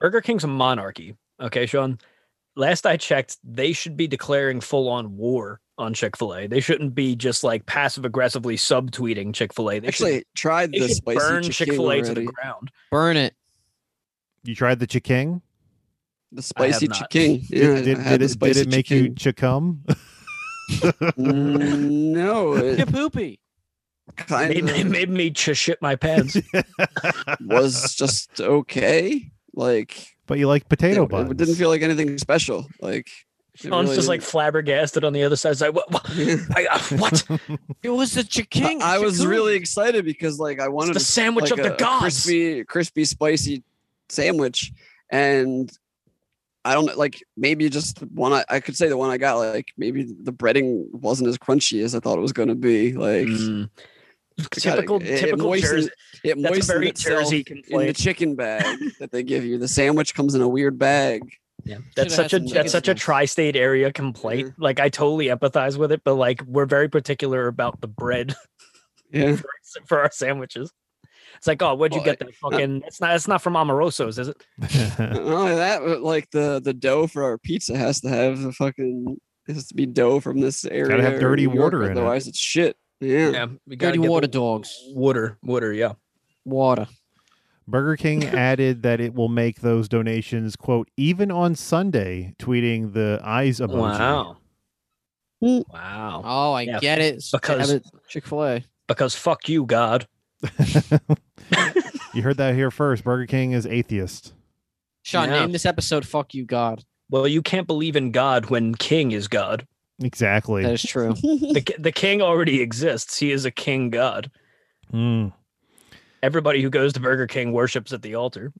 Burger King's a monarchy. Okay, Sean. Last I checked, they should be declaring full on war on Chick Fil A. They shouldn't be just like passive aggressively subtweeting Chick Fil A.
Actually, tried
They
the
should
spicy
burn
chicken
Chick Fil A to the
already.
ground.
Burn it.
you tried the Chiking?
The spicy
not.
chicken. Yeah, I
did, did
had the
it, did
spicy
it make you
chicken.
chicum?
Mm, no,
Yeah,
it
poopy.
kind
Made, it
of
made me ch- shit my pants.
was just okay. Like
but you like potato
it-
buns.
it didn't feel like anything special. Like it
Sean's
really
just like flabbergasted on the other side. He's like, what? what?
didn't-
I, uh, what?
It was the chicken.
I, I was really excited because like I
It's
wanted
the
to
sandwich
like
of the
a
gods.
crispy, crispy, spicy sandwich, and I don't know, like maybe just the one. I, I could say the one I got, like maybe the breading wasn't as crunchy as I thought it was going to be. Like
Mm.
it kinda-
Typical,
it- it
typical
moistened-
Jersey.
It
That's a
moistened
very
itself
Jersey
in the
complaint.
chicken bag that they give you. The sandwich comes in a weird bag.
Yeah,
Should've
that's such
had
a
some
that's such a
chicken.
tri-state area complaint. Like I totally empathize with it, but like we're very particular about the bread
Yeah,
for our sandwiches. It's like, oh, where'd you
Well,
get that fucking? It's not. It's not from Amoroso's, is it?
not only that, but like the the dough for our pizza has to have the fucking It has to be dough from this area.
have
or
dirty
New York,
water in it.
otherwise it's shit. Yeah.
Yeah, we gotta
Dirty
get the
water dogs.
Water, water. Yeah,
Water.
Burger King added that it will make those donations, quote, even on Sunday, tweeting the eyes emoji.
Wow.
Mm.
Wow.
Oh, I
Yeah,
get it.
because-
Chick Fil A.
Because fuck you, God.
You heard that here first. Burger King is atheist.
Sean,
Yeah.
name this episode "Fuck You, God."
Well, you can't believe in God when King is God.
Exactly.
That is true.
The, ki- the King already exists. He is a King God.
Mm.
Everybody who goes to Burger King worships at the altar.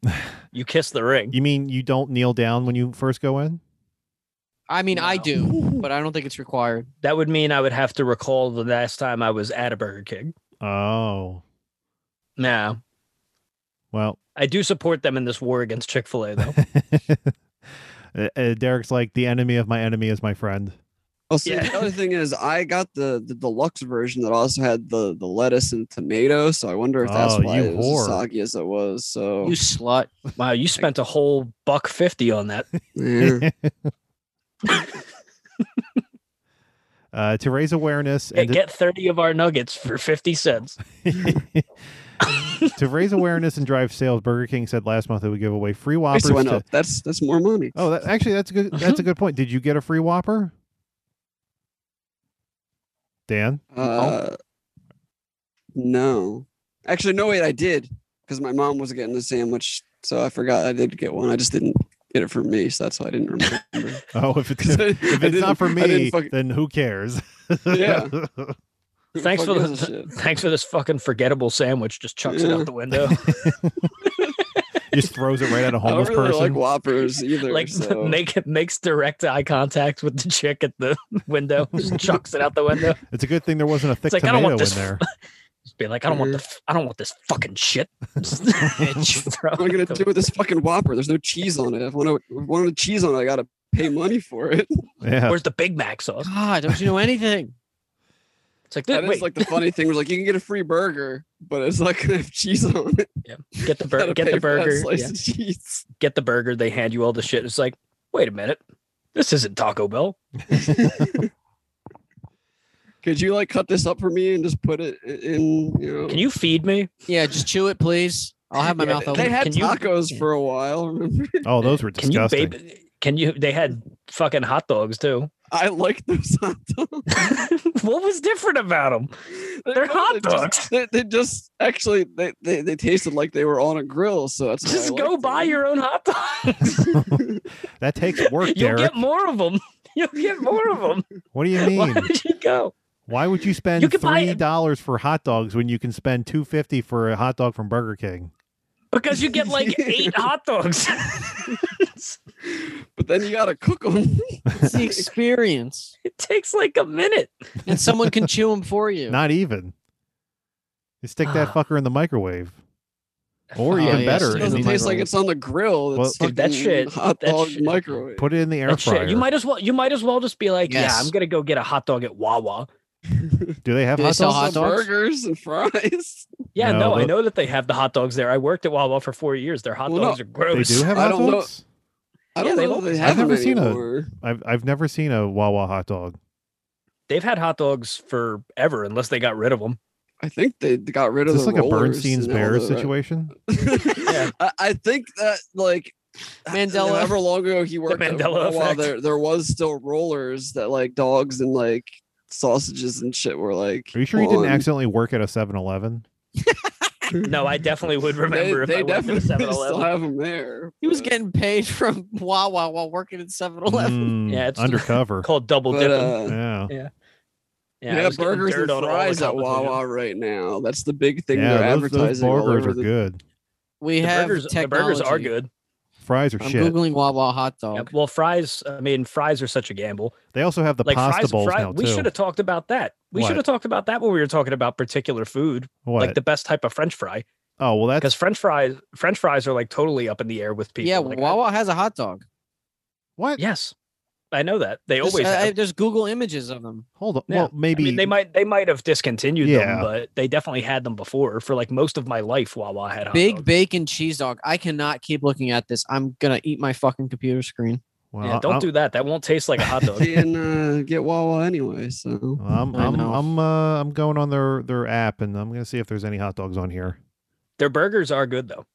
You kiss the ring.
You mean you don't kneel down when you first go in?
I mean, I
No.
do, but I don't think it's required.
That would mean I would have to recall the last time I was at a Burger King.
Oh.
Nah,
Well,
I do support them in this war against Chick Fil A though.
Uh, uh, Derek's like, the enemy of my enemy is my friend.
Well, see,
Yeah.
the other thing is, I got the, the deluxe version that also had the, the lettuce and tomato, so I wonder if that's
Oh,
why
you
it was
whore.
as soggy as it was. So eh.
You slut.
wow, you spent a whole buck fifty on that.
yeah.
uh, to raise awareness
Hey,
and
Get thirty of our nuggets for fifty cents.
to, to raise awareness and drive sales, Burger King said last month it would give away free Whoppers.
Price went
to-
up. Mm-hmm. That's that's more money.
oh, that, actually, that's a good. That's a good point. Did you get a free Whopper, Dan? oh.
Uh, no, actually, no. Wait, I did because my mom was getting the sandwich, so I forgot I did get one. I just didn't get it for me, so that's why I didn't remember.
Oh, if it's
'Cause I- I
if it's
didn't-
not for
I didn't
me,
fucking-
then who cares?
Yeah. who
Thanks
fuck
for
gives
the
a shit?
thanks for this fucking forgettable sandwich. Just chucks it
Yeah.
out the window.
Just throws it right at a
I don't
homeless
really like
person.
Whoppers either.
like
so.
make makes direct eye contact with the chick at the window. Just chucks it out the window.
it's a good thing there wasn't a thick
like, I don't
tomato
want
in
this-
there.
Just be like, I don't want the f- I don't want this fucking shit. Throw
what am I gonna
it
do with this fucking Whopper? There's no cheese on it. If I want to wanted cheese on it, I gotta pay money for it.
Yeah.
Where's the Big Mac sauce?
God, don't you know anything?
It's like,
That is
wait,
like the funny thing. Was like you can get a free burger, but it's not gonna have cheese on it.
get the
You
burger,
gotta
get
pay
the
for that
burger,
slice
yeah,
of cheese.
get the burger. They hand you all the shit. It's like, wait a minute, this isn't Taco Bell.
Could you like cut this up for me and just put it i- in? You know,
Can you feed me?
Yeah, just chew it, please. I'll have my
Yeah,
mouth
they
open.
had
Can you-
tacos for a while. Remember,
Oh, those were
Can you
disgusting.
babe? Can you? They had fucking hot dogs too.
I like those hot dogs.
what was different about them? They're hot dogs.
Just, they, they just actually they, they they tasted like they were on a grill. So that's why I
Just go
liked
buy
them.
your own hot dogs.
that takes work,
You'll
Derek.
get more of them. You'll get more of them.
What do you
Why
mean?
did you go?
Why would you spend
You could buy-
three dollars for hot dogs when you can spend two fifty for a hot dog from Burger King?
Because you get like eight hot dogs.
But then you gotta cook them.
It's the experience,
it takes like a minute.
and someone can chew them for you.
Not even. You stick that
Ah.
fucker in the microwave, or
Oh,
even
yeah,
better,
still
it
in
doesn't
the,
doesn't
taste like it's on the grill.
Well,
That's
Dude, that
fucking
shit-
hot
that
dog
shit-
microwave.
put it in the air
That
fryer.
shit. You might as well. You might as well just be like,
Yes.
yeah, I'm gonna go get a hot dog at Wawa.
Do they have
Do they
hot
sell
dogs?
hot
Also
dogs?
burgers and fries.
Yeah,
No,
no, I
but-
know that they have the hot dogs there. I worked at Wawa for four years. Their hot
Well,
dogs
no,
are
They
gross.
do have
I
hot
don't know-
dogs.
I
Yeah,
don't
they
know.
don't-
if They
I've
have them
never seen a-
anymore.
I've I've never seen a Wawa hot dog.
They've had hot dogs forever, unless they got rid of them.
I think they got rid
Is
of
this
the
like a
rollers
Bernstein's
and all
Bears
the-
situation?
Yeah.
I, I think that like
Mandela-
however long ago he worked at
Mandela
Wawa,
effect.
there there was still rollers that like dogs and like sausages and shit were like.
Are you sure you didn't
on.
accidentally work at a 7-Eleven?
No, I definitely would remember
they,
if
they
I went to
definitely still
7-Eleven.
have them there.
He was
but-
getting paid from Wawa while working at 7 Eleven.
Mm,
Yeah, it's-
undercover.
Called double
But,
dipping.
uh,
yeah.
yeah,
I was getting
burgers
dirt
and
on all the
fries at
competition.
Wawa right now. That's the big thing
yeah,
they're
those,
advertising.
those
all
burgers
over
are
the-
good.
We
The
have
burgers, the
technology.
burgers are good.
Fries are
I'm
shit.
googling Wawa hot dog.
Yeah, well, fries. I mean, fries are such a gamble.
They also have the
like
pasta
fries,
bowls
fry-
now
we
too.
should have talked about that. We
What?
should have talked about that when we were talking about particular food,
What?
like the best type of French fry.
oh well, that's
Because French fries, French fries are like totally up in the air with people.
yeah,
Like, I-
Wawa has a hot dog.
what.
Yes, I know that they
There's,
always.
I- I-
have.
there's Google images of them.
Hold on.
Yeah.
Well,
I
maybe
mean, they might they might have discontinued
Yeah.
them, but they definitely had them before. For like most of my life, Wawa had hot
Big
dogs.
bacon cheese dog. I cannot keep looking at this. I'm gonna eat my fucking computer screen.
Well,
yeah, don't
I'm,
do that. That won't taste like a hot dog.
and uh, get Wawa anyway. So
I'm
I
I'm
know.
I'm, uh, I'm going on their their app and I'm gonna see if there's any hot dogs on here.
Their burgers are good though.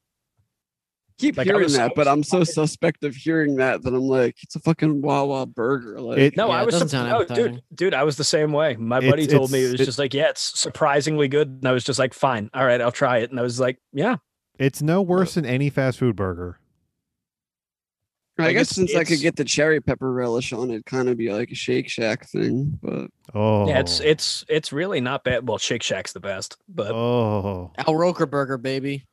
keep
Like, I
hearing
was-
that, but I'm so suspect of hearing that that I'm like, it's a fucking Wawa burger. Like,
It-
No,
Yeah,
I
it
was
doesn't
surp-
sound
no, dude,
appetizing.
dude, I was the same way. My
It's-
buddy told me it
it's-
was
it-
just like, yeah, it's surprisingly good. And I was just like, fine, all right, I'll try it. And I was like, yeah,
It's no worse than any fast food burger.
I
like,
guess
it's-
since I could
it's-
get the cherry pepper relish on it, kind of be like a Shake Shack thing. But
Oh,
yeah, it's it's it's really not bad. Well, Shake Shack's the best, but
oh.
Al Roker Burger, baby.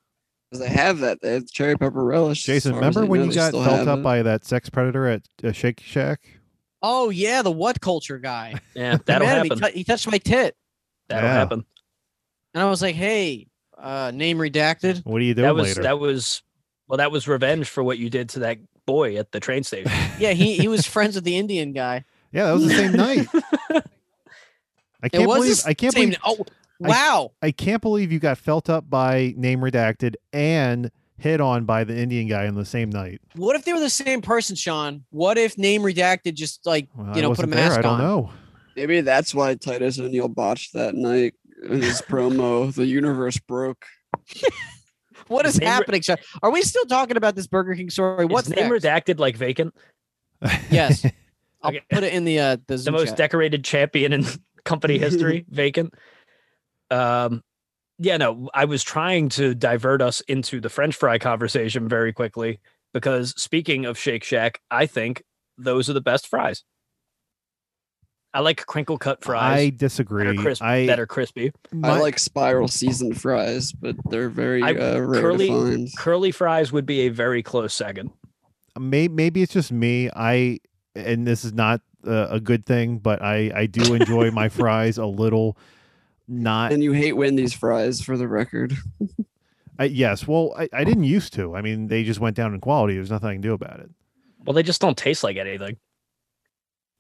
because they have that, they have cherry pepper relish. as
Jason,
far as
remember
I
when
know,
you
they
got
still
felt
have
up
it.
by that sex predator at uh, Shake Shack?
Oh yeah, the what culture guy.
yeah, that'll
Man,
happen.
He, tou- he touched my tit,
That'll
Yeah.
happen.
and I was like, "Hey, uh, name redacted."
What are you doing
That was
later?
that was well, that was revenge for what you did to that boy at the train station.
Yeah, he he was friends with the Indian guy.
yeah, that was the same night. I
It
can't
was
believe
his
I can't
same-
believe
Oh wow,
I can't believe you got felt up by name redacted and hit on by the Indian guy in the same night.
what if they were the same person, Sean? What if name redacted just like
Well, I
you know put a
wasn't there.
mask
I don't
on?
know.
Maybe that's why Titus O'Neil botched that night in his promo. The universe broke.
What is
Name re-
happening, Sean? Are we still talking about this Burger King story? What's
What's name
next?
redacted like vacant?
Yes. I'll
Okay.
put it in the uh, the,
the most decorated champion in company history, vacant. Um, yeah, no, I was trying to divert us into the French fry conversation very quickly because speaking of Shake Shack, I think those are the best fries. I like crinkle cut
I
fries that are
disagree.
crisp,
I
that are crispy.
my-
I like spiral seasoned fries, but they're very
I-
uh, rare
curly-
to find.
Curly fries would be a very close second.
may, maybe it's just me. I and this is not uh, a good thing, but I I do enjoy my fries a little. Not
And you hate Wendy's fries, for the record.
I, yes. Well, I, I didn't used to. I mean, they just went down in quality. There's nothing I can do about it.
Well, they just don't taste like anything.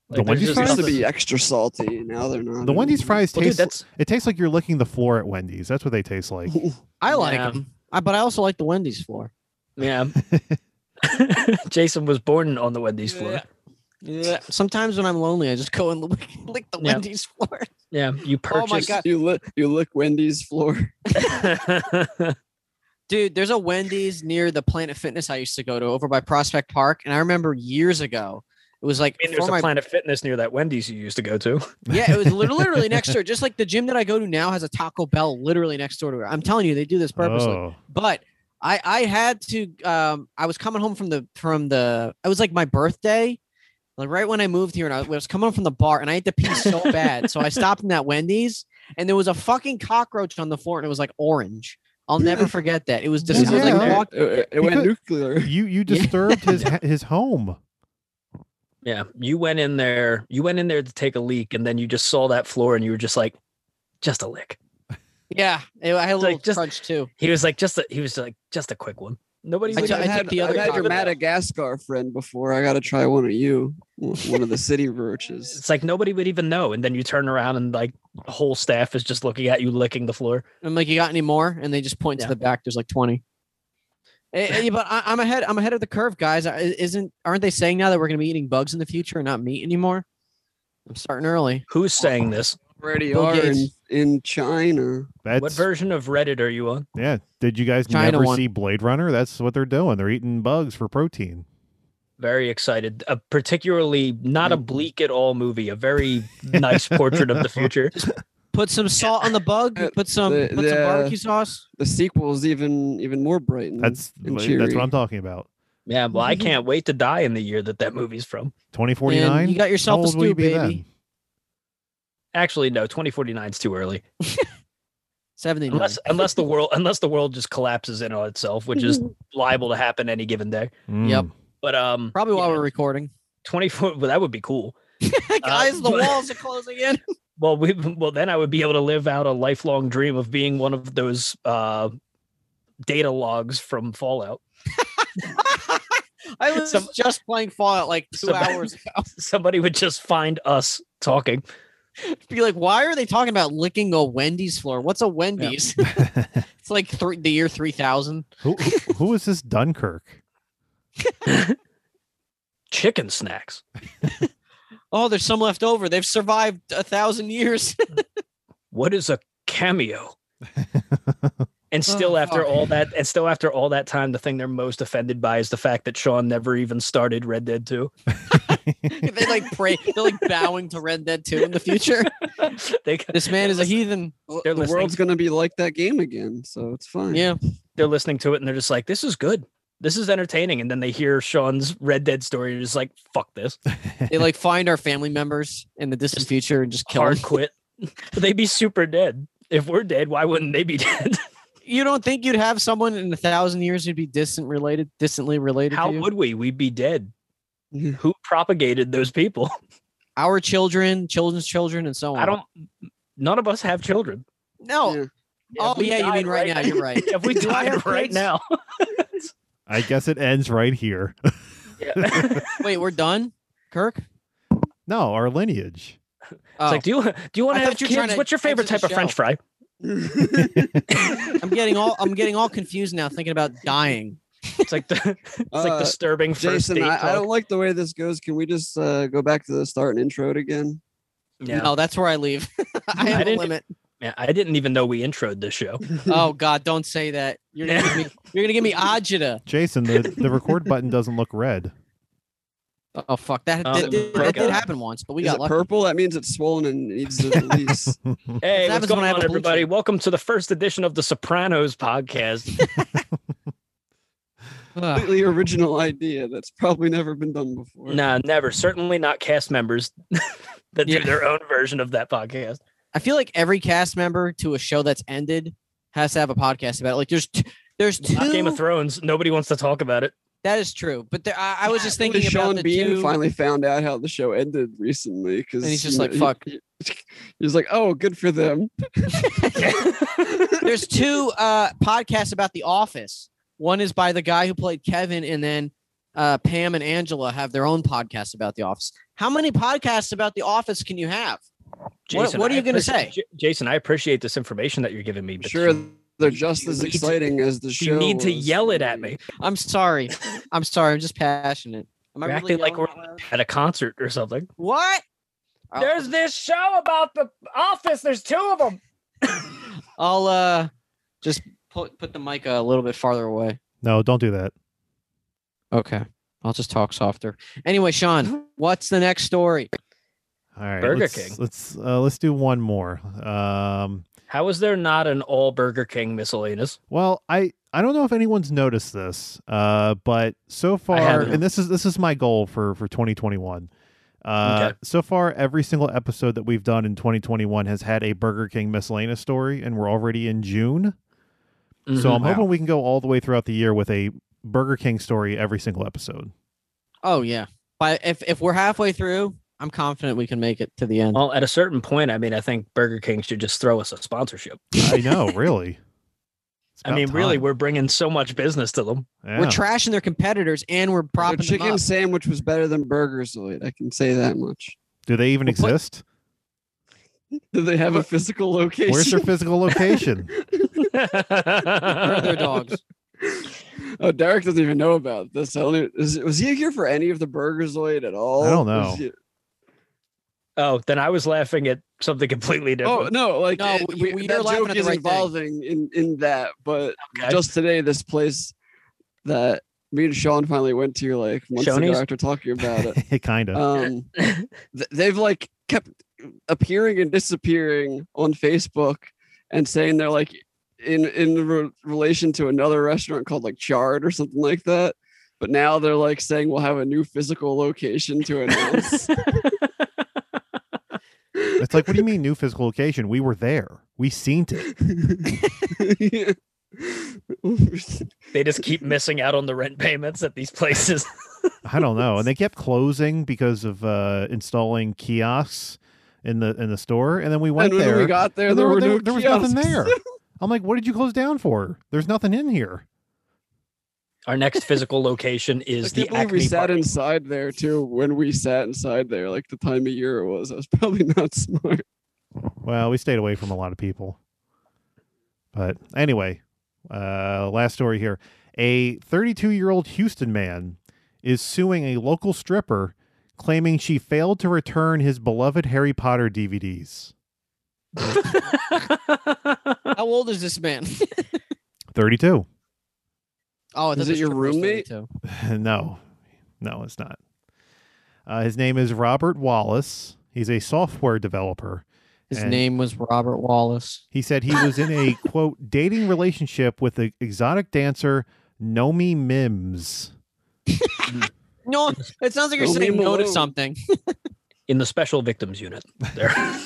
The
there's
Wendy's
just
fries?
Used to
nothing-
be extra salty. Now they're not.
The Wendy's
anymore.
fries
Well, dude,
taste.
that's
it tastes like you're licking the floor at Wendy's. That's what they taste like.
I like
Yeah.
them, I, but I also like the Wendy's floor.
yeah. Jason was born on the Wendy's floor.
Yeah. Sometimes when I'm lonely, I just go and lick, lick the
Yeah.
Wendy's floor.
Yeah, you
Oh my
purchased.
God.
You lick, you lick Wendy's floor.
Dude, there's a Wendy's near the Planet Fitness I used to go to over by Prospect Park. And I remember years ago, it was like,
I mean,
for
there's a
my-
Planet Fitness near that Wendy's you used to go to.
yeah, it was lit- literally next door. Just like the gym that I go to now has a Taco Bell literally next door to it. I'm telling you, they do this purposely.
Oh,
but I I had to um I was coming home from the from the it was like my birthday like right when I moved here and I was coming home from the bar and I had to pee so bad so I stopped in that Wendy's and there was a fucking cockroach on the floor and it was like orange I'll never forget that it was
Well,
just I was like
yeah.
walk-
it, it- uh, it went nuclear.
you you
Yeah.
disturbed his his home.
Yeah, you went in there. You went in there to take a leak, and then you just saw that floor, and you were just like, just a lick.
yeah it- I had a
It's
little
like just-
crunch too
He was like, just a, he was like, just a quick one. Nobody's.
I
like,
took- I
I've
took
had,
the other
I've had your
copy.
Madagascar friend before. I got to try one of you, one of the city roaches.
it's like nobody would even know, and then you turn around and like the whole staff is just looking at you, licking the floor.
I'm like you got any more and they just point
Yeah.
to the back there's like 20 Eh, eh, but I, I'm ahead I'm ahead of the curve guys I- isn't aren't they saying now that we're gonna be eating bugs in the future and not meat anymore I'm starting early
Who's saying this?
Already
Bill
are in,
Gates.
in China.
That's
What version of Reddit are you on?
yeah. Did you guys
China
never
one.
see Blade Runner? That's what they're doing. They're eating bugs for protein.
Very excited. A particularly not a bleak at all movie. A very nice portrait of the future.
Put some salt on the bug.
Uh,
Put some
the-
put
the,
some
uh,
barbecue sauce.
The sequel is even even more bright.
Mm-hmm.
And,
That's
and
that's
cheery.
what I'm talking about.
Yeah, well, I can't wait to die in the year that that movie's from.
Twenty
And
forty nine.
You got
How
yourself a
old will
stew,
you be
baby.
then?
Actually, no, 2049 is too early.
Seventy.
Unless unless the world unless the world just collapses in on itself, which is liable to happen any given day.
Yep.
Mm.
But um
Probably while
yeah,
we're recording.
24 well, that would be cool.
Guys, the
but-
walls are closing in.
Well, we well then I would be able to live out a lifelong dream of being one of those uh data logs from Fallout.
I was
Some-
just playing Fallout like two
Somebody-
hours ago.
Somebody would just find us talking.
Be like, why are they talking about licking a Wendy's floor? What's a Wendy's? it's like three, the year three thousand.
who, who who is this Dunkirk?
chicken snacks.
Oh, there's some left over. They've survived a thousand years.
What is a cameo? And still
Oh,
after
fuck.
all that and still after all that time the thing they're most offended by is the fact that Sean never even started Red Dead 2.
they like pray. They're like bowing to Red Dead 2 in the future.
they
This man is a heathen.
Well,
They're
the
listening.
world's gonna be like that game again, so it's fine.
Yeah.
they're listening to it and they're just like this is good. This is entertaining and then they hear Sean's Red Dead story and just like fuck this.
They like find our family members in the distant future and just kill
Hard
them.
quit. They'd be super dead. If we're dead, why wouldn't they be dead?
You don't think you'd have someone in a thousand years who'd be distant related, distantly related
How
to you?
would we? We'd be dead.
Yeah.
Who propagated those people?
Our children, children's children, and so on.
I don't. None of us have children.
No.
Yeah.
Oh,
If we
yeah. You
died
mean right, now? You're right.
If we
Do I
died
have
right
kids?
now,
I guess it ends right here.
it's
Wait, we're done, Kirk.
No, our lineage.
Oh,
like, do you do you want
I
to have
thought you were trying
kids?
to
What's your favorite
exit
type
the
of French
show.
fry?
I'm getting all I'm getting all confused now, thinking about dying.
It's like the it's like
Uh,
disturbing first
Jason,
date.
I, I
talk.
don't like the way this goes. Can we just uh, go back to the start and intro it again?
yeah.
No, Oh, that's where I leave. I have a
didn't-
limit.
yeah, I didn't even know we introed this show.
Oh God, don't say that. You're gonna give me. You're gonna give me agita.
Jason, the, the record button doesn't look red.
Oh fuck, that
Oh,
that, did, that
break
did
up.
happen once, but we
Is
got
it
lucky.
purple? That means it's swollen and needs to release.
Hey, what's
happens when
going
I have
on,
a blue
everybody?
check.
Welcome to the first edition of the Sopranos podcast.
Ugh.
Completely original idea that's probably never been done before.
nah, never. Certainly not cast members that
Yeah.
do their own version of that podcast.
I feel like every cast member to a show that's ended has to have a podcast about it. Like there's t- there's two.
Not Game of Thrones. Nobody wants to talk about it.
that is true, but there, I, I was just thinking about
Sean
the
Bean
two.
finally found out how the show ended recently because
And he's just like, "Fuck."
he's like, "Oh, good for them."
There's two uh, podcasts about The Office. One is by the guy who played Kevin, and then uh, Pam and Angela have their own podcast about The Office. How many podcasts about The Office can you have? What- what are
I
you gonna
appreciate-
say?
J- Jason, I appreciate this information that you're giving me.
I'm
but
sure
you
they're just as
need to-
exciting as the show.
you need to
was
yell it at
when
me
we-
I'm sorry. I'm sorry. I'm just passionate. Am I
You're
really
acting like
yelling
we're-
out loud?
at a concert or something.
what?
Oh.
I'll-
this show about the office. There's two of them.
I'll uh just put put the mic a little bit farther away.
No, don't do that.
Okay. I'll just talk softer. Anyway, Sean, what's the next story?
All right.
Burger
let's,
King.
Let's uh, let's do one more. Um,
How is there not an all Burger King miscellaneous?
well, I I don't know if anyone's noticed this, uh, but so far,
haven't.
and this is this is my goal for for 2021. Uh,
Okay.
So far, every single episode that we've done in 2021 has had a Burger King miscellaneous story, and we're already in June. So
Mm-hmm.
Mhm.
I'm hoping we can go all the way throughout the year with a Burger King story every single episode.
Oh yeah. But if if we're halfway through, I'm confident we can make it to the end.
Well, at a certain point, I mean, I think Burger King should just throw us a sponsorship.
I know, really. It's
I
about
mean, really,
time.
we're bringing so much business to them.
Yeah.
We're trashing their competitors and we're
Their
propping them
chicken
up.
sandwich was better than Burgerzoid. I can say that much.
Do they even
Well, put-
exist?
Do they have a physical location?
Where's their physical location?
Where are their dogs.
Oh, Derek doesn't even know about this. I don't even, is, was he here for any of the Burgerzoid at all?
I don't know.
Was he-
oh, then I was laughing at something completely
oh
different.
no, like
No,
it-
we-
we,
we- you're
that
laughing
joke
at the
is
right thing.
involving in in that. But
Okay.
Oh, just today, this place that me and Sean finally went to, like months
Shoney's?
ago after talking about it,
kind of.
um, th- they've like kept appearing and disappearing on Facebook and saying they're like in in re- relation to another restaurant called like Chard or something like that. But now they're like saying we'll have a new physical location to announce.
it's like, what do you mean new physical location? We were there. We seen it.
they just keep missing out on the rent payments at these places.
I don't know. And they kept closing because of uh, installing kiosks in the in the store. And then we went
and when
there.
we got there,
and
there,
there,
were
there-
no
there was nothing
kiosks.
there. I'm like, what did you close down for? There's nothing in here.
Our next physical location
I
is
can't
the
believe we
Acme
sat
Park.
inside there too. When we sat inside there, like the time of year it was, I was probably not smart.
Well, we stayed away from a lot of people. But anyway, uh, last story here. A 32 year old Houston man is suing a local stripper claiming she failed to return his beloved Harry Potter DVDs.
How old is this man?
32.
Oh, I
Is
thought
it
this
your
stripper was
roommate?
32.
no, no, it's not. Uh, his name is Robert Wallace. He's a software developer.
His
And-
name was Robert Wallace.
He said he was in a quote dating relationship with the exotic dancer Nomi Mims.
No, it sounds like you're
Don't
saying
leave him
no to
alone.
something.
in the special victims unit. There.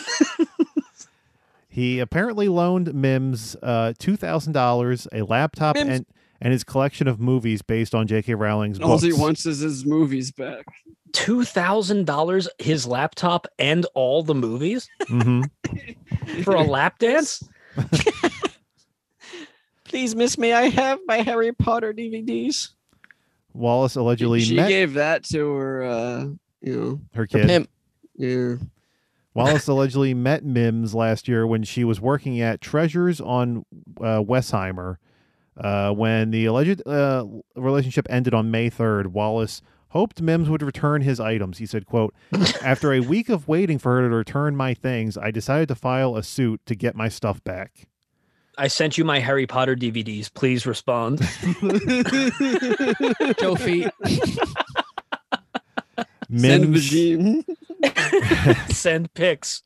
He apparently loaned Mims uh, two thousand dollars, a laptop,
Mims.
and and his collection of movies based on J.K. Rowling's
All
books.
he wants Oh, is his movies back.
Two thousand dollars, his laptop, and all the movies
hmm
for a lap dance.
Please miss me. I have my Harry Potter DVDs.
Wallace allegedly
she
met
gave that to her, uh, you know,
her
The
kid.
pimp.
yeah.
Wallace allegedly met Mims last year when she was working at Treasures on uh, Westheimer. Uh, when the alleged uh, relationship ended on May 3rd, Wallace hoped Mims would return his items. He said, quote, After a week of waiting for her to return my things, I decided to file a suit to get my stuff back.
I sent you my Harry Potter DVDs. Please respond.
Toe feet.
Send
Mims,
Vagine.
Send pics.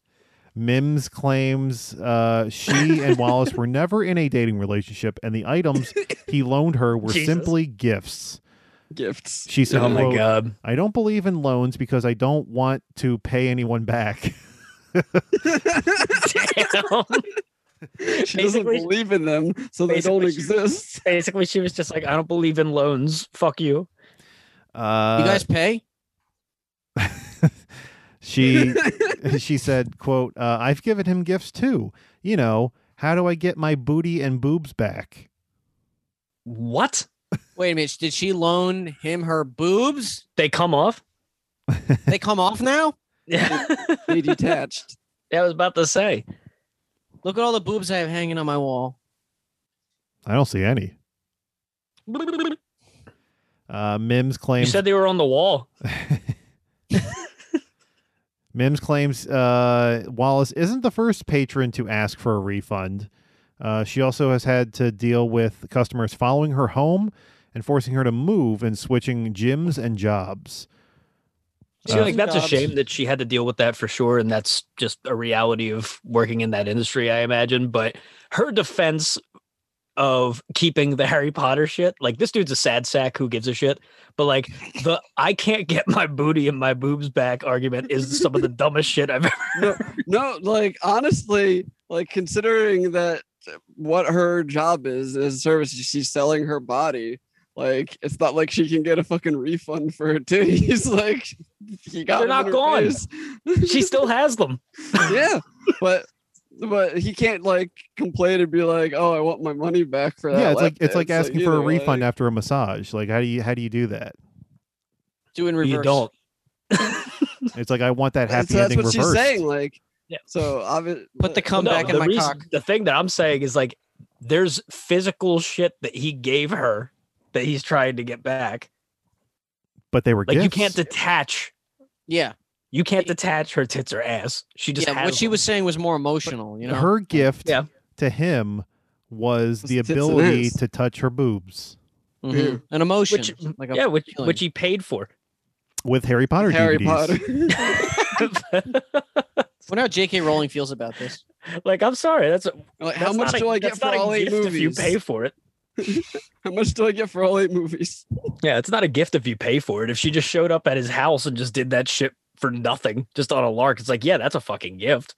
Mims claims uh, she and Wallace were never in a dating relationship, and the items he loaned her were
Jesus.
simply gifts.
gifts.
She said,
Oh my
quote,
god.
I don't believe in loans because I don't want to pay anyone back.
Damn.
She doesn't
Basically-
believe in them, so they don't
basically she-
exist.
Basically, she was just like, I don't believe in loans. Fuck you.
Uh,
You guys pay?
she she said, "quote uh, I've given him gifts too. You know, how do I get my booty and boobs back?
What?
Wait a minute. Did she loan him her boobs?
They come off?
They come off now?
Yeah.
They detached.
I was about to say.
Look at all the boobs I have hanging on my wall.
I don't see any."
You
Uh, Mims claims
said they were on the wall.
Mims claims uh, Wallace isn't the first patron to ask for a refund. Uh, she also has had to deal with customers following her home and forcing her to move and switching gyms and jobs.
See,
Uh,
like that's a
Jobs.
shame that she had to deal with that for sure, and that's just a reality of working in that industry, I imagine. But her defense of keeping the Harry Potter shit, like this dude's a sad sack who gives a shit, but like the I can't get my booty and my boobs back argument is some of the dumbest shit I've ever.
No, no, like honestly, like considering that what her job is is service, she's selling her body. Like it's not like she can get a fucking refund for her titties. Like he got
They're not
them in her
gone.
face.
She still has them.
yeah, but but he can't like complain and be like, "Oh, I want my money back for that."
yeah, it's
lap
like it's like
dance."
asking for a
either way,
refund after a massage. Like how do you how do you do that?
Do in reverse.
You don't.
It's like I want that happy
that's, that's
ending
what
reversed.
she's saying. Like,
Yeah.
so obviously,
Put the cum
No,
back in
the
my
reason-
cock.
The thing that I'm saying is like there's physical shit that he gave her that he's trying to get back.
But they were
Like
gifts.
you can't detach
Yeah.
You can't detach her tits or ass. She just
yeah.
has
What she
them.
was saying was more emotional, you know?
Her gift
Yeah.
to him was
Was
the
tits and
ability
ass.
to touch her boobs
Mhm. An emotion.
which
like a
yeah, which
feeling.
which he paid for.
with Harry Potter
Harry
DVDs.
Potter.
wonder how J.K. Rowling feels about this.
like I'm sorry, that's,
Like,
that's
how much
not a-
do I get
that's
for
not a
all eight
gift
movies?
If you pay for it,
How much do I get for all eight movies?
yeah, it's not a gift if you pay for it. If she just showed up at his house and just did that shit for nothing, just on a lark, it's like yeah, that's a fucking gift.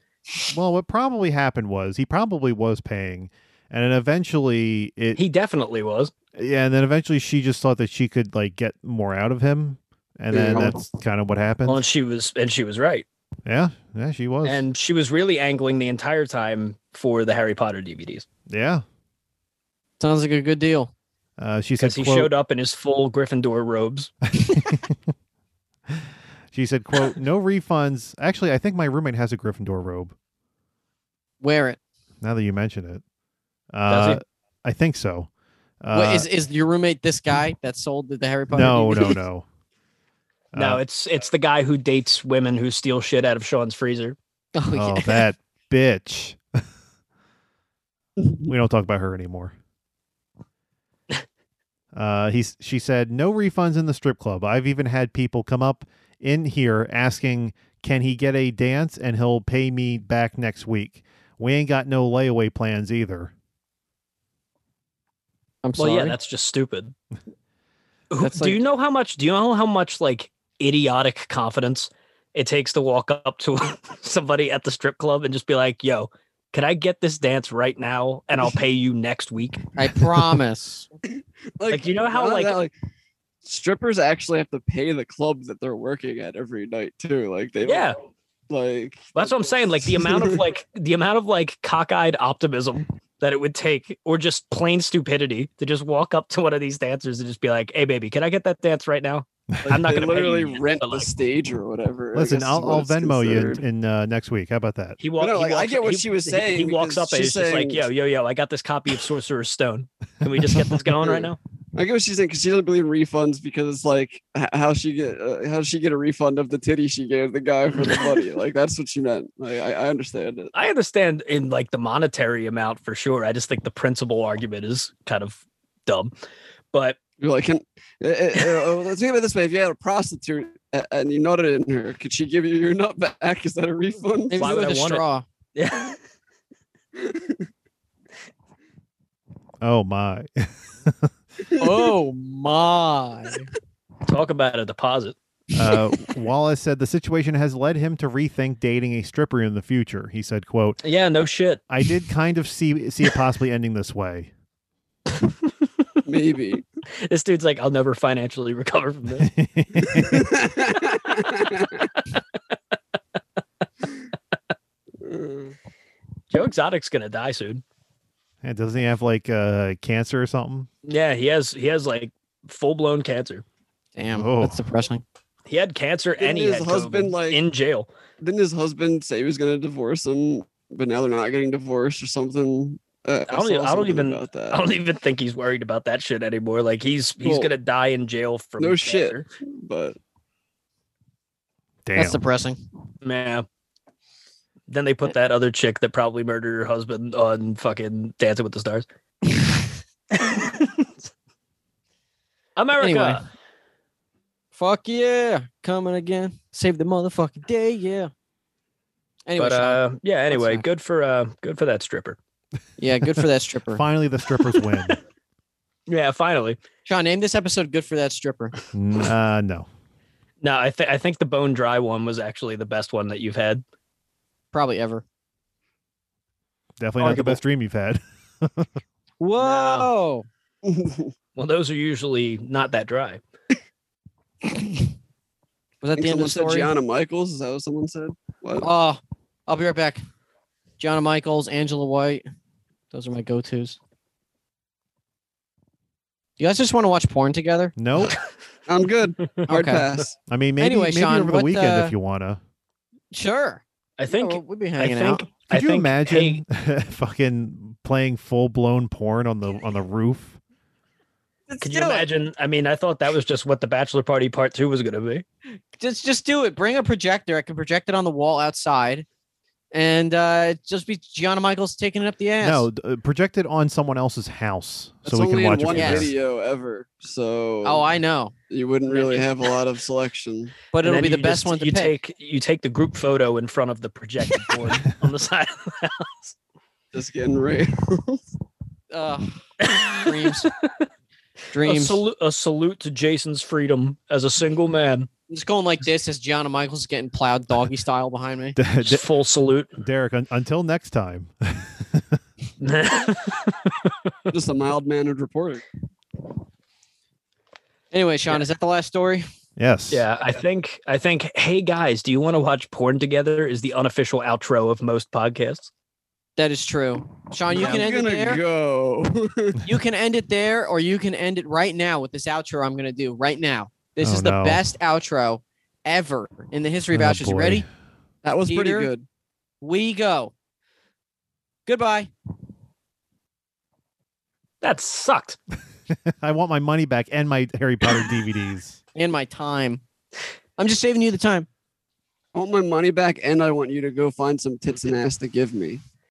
Well, what probably happened was he probably was paying, and then eventually it
He definitely was.
yeah, and then eventually she just thought that she could like get more out of him, and then
Yeah.
that's kind of what happened.
Well, and she was, and she was right,
yeah, yeah, she was.
and she was really angling the entire time for the Harry Potter DVDs
yeah,
Sounds like a good deal.
uh, she said
because he
quote,
showed up in his full Gryffindor robes.
She said, quote, no refunds. Actually, I think my roommate has a Gryffindor robe.
Wear it.
Now that you mention it.
Does he?
Uh, I think so. Uh,
What is is your roommate this guy that sold the, the Harry Potter?
no, no,
DVD?
no.
No,
Uh,
it's it's the guy who dates women who steal shit out of Sean's freezer.
Oh,
oh,
yeah.
that bitch. we don't talk about her anymore. Uh, he's she said no refunds in the strip club. I've even had people come up in here asking, "Can he get a dance?" and he'll pay me back next week. We ain't got no layaway plans either.
I'm
Well,
sorry.
yeah, that's just stupid. Who-
That's
do
like-
you know how much? Do you know how much like idiotic confidence it takes to walk up to somebody at the strip club and just be like, "Yo, can I get this dance right now? And I'll pay you next week."
Oh.
I promise.
Like, you know how,
not
like-
strippers actually have to pay the club that they're working at every night too. Like they don't-
Yeah,
like
that's what I'm saying. Like the amount of like the amount of like cockeyed optimism that it would take, or just plain stupidity, to just walk up to one of these dancers and just be like, "Hey, baby, can I get that dance right now?"
like,
I'm not
they
gonna pay you
literally
yet,
rent
but,
the
like-
stage or whatever. I
Listen,
guess is
I'll,
what
I'll
it's
Venmo
considered.
you in, in uh, next week. How about that?
He, walk,
no,
he
like, I
walks.
get what
he-
she was
he-
saying
He walks up
because
and
she's
he's just like, "Yo,
saying-
yo, yo! I got this copy of Sorcerer's Stone. Can we just get this going right now?"
I get what she's saying because she doesn't believe in refunds because it's like h- how she get uh, how she get a refund of the titty she gave the guy for the money. like that's what she meant. Like I, I understand it.
I understand in like the monetary amount for sure. I just think the principal argument is kind of dumb. But
You're like, can, uh, uh, uh, let's think of it this way: if you had a prostitute a- and you nutted in her, could she give you your nut back? Is that a refund?
Maybe
Why would
with a
I want it?
straw.
yeah,
Oh my!
oh my.
talk about a deposit.
Uh, Wallace said the situation has led him to rethink dating a stripper in the future. He said, "quote
Yeah, no shit.
I did kind of see see it possibly ending this way.
Maybe.
This dude's like, I'll never financially recover from this.
Uh,
Joe Exotic's gonna die soon.
And doesn't he have like uh, cancer or something?
Yeah, he has. He has like full blown cancer.
Damn.
Oh.
That's depressing.
He had cancer
Didn't
and he
his
had
husband,
COVID
like-
in jail.
Didn't his husband say he was going to divorce him, but now they're not getting divorced or something? Uh,
I don't e-
saw
I don't
something
even-
about that.
I don't even think he's worried about that shit anymore. Like he's he's
Well,
gonna die in jail from
no shit.
cancer.
but
Damn.
That's depressing.
Man. Then they put that other chick that probably murdered her husband on fucking Dancing with the Stars. America.
Anyway. Fuck yeah. Coming again. Save the motherfucking day. Yeah. Anyway,
but
Sean.
uh, yeah. Anyway,
not-
good for uh, good for that stripper.
yeah, good for that stripper.
Finally, the strippers win.
Yeah, finally.
Sean, name this episode "Good for That Stripper."
N- uh, no,
No, I think I think the bone dry one was actually the best one that you've had.
Probably ever.
definitely not the
Arguable.
best dream you've had.
Whoa!
Well, those are usually not that dry.
Was that
I think
the end of
someone
the
said
story?
Gianna Michaels. Is that what someone said? What?
Oh, I'll be right back. Gianna Michaels, Angela White. Those are my go tos. You guys just want to watch porn together?
Nope.
I'm good. Hard
Okay.
pass.
I mean, maybe
Anyway,
maybe
Sean,
over the
what,
weekend
uh,
if you wanna.
Sure.
I think.
Yeah, we'd be
I
hanging
think.
out.
I
Could you
think, hey,
imagine fucking playing full blown porn on the on the roof?
Could you imagine? I mean, I thought that was just what the bachelor party part two was going to be.
Just, just do it. Bring a projector. I can project it on the wall outside, and uh, it'd just be Gianna Michaels taking it up the ass.
No, d- uh, project it on someone else's house
That's
so we
only
can watch
in
it.
one
from there.
video ever, so
Oh, I know,
you wouldn't really have a lot of selection.
but it'll
And then
be the
you
best
just-
one to
you
pick.
take. You take the group photo in front of the projected board on the side.
Just getting right.
Ugh, dreams.
a,
dreams.
salute, a salute to Jason's freedom as a single man.
I'm just going like this as Gianna Michaels is getting plowed doggy style behind me.
D-
Just full salute.
d- Derek, un- until next time.
Just a mild mannered reporter.
Anyway, Sean, is that the last story?
Yes.
yeah, I think. I think. Hey guys, do you want to watch porn together? Is the unofficial outro of most podcasts.
That is true. Sean, you
I'm
can end it
gonna
there.
go.
You can end it there, or you can end it right now with this outro I'm going to do right now. This
Oh,
is the
no.
best outro ever in the history of
Oh,
outros. You
boy.
ready?
that was pretty
Peter?
good.
We go. Goodbye.
That sucked.
I want my money back and my Harry Potter DVDs.
And my time. I'm just saving you the time.
I want my money back, and I want you to go find some tits and ass to give me.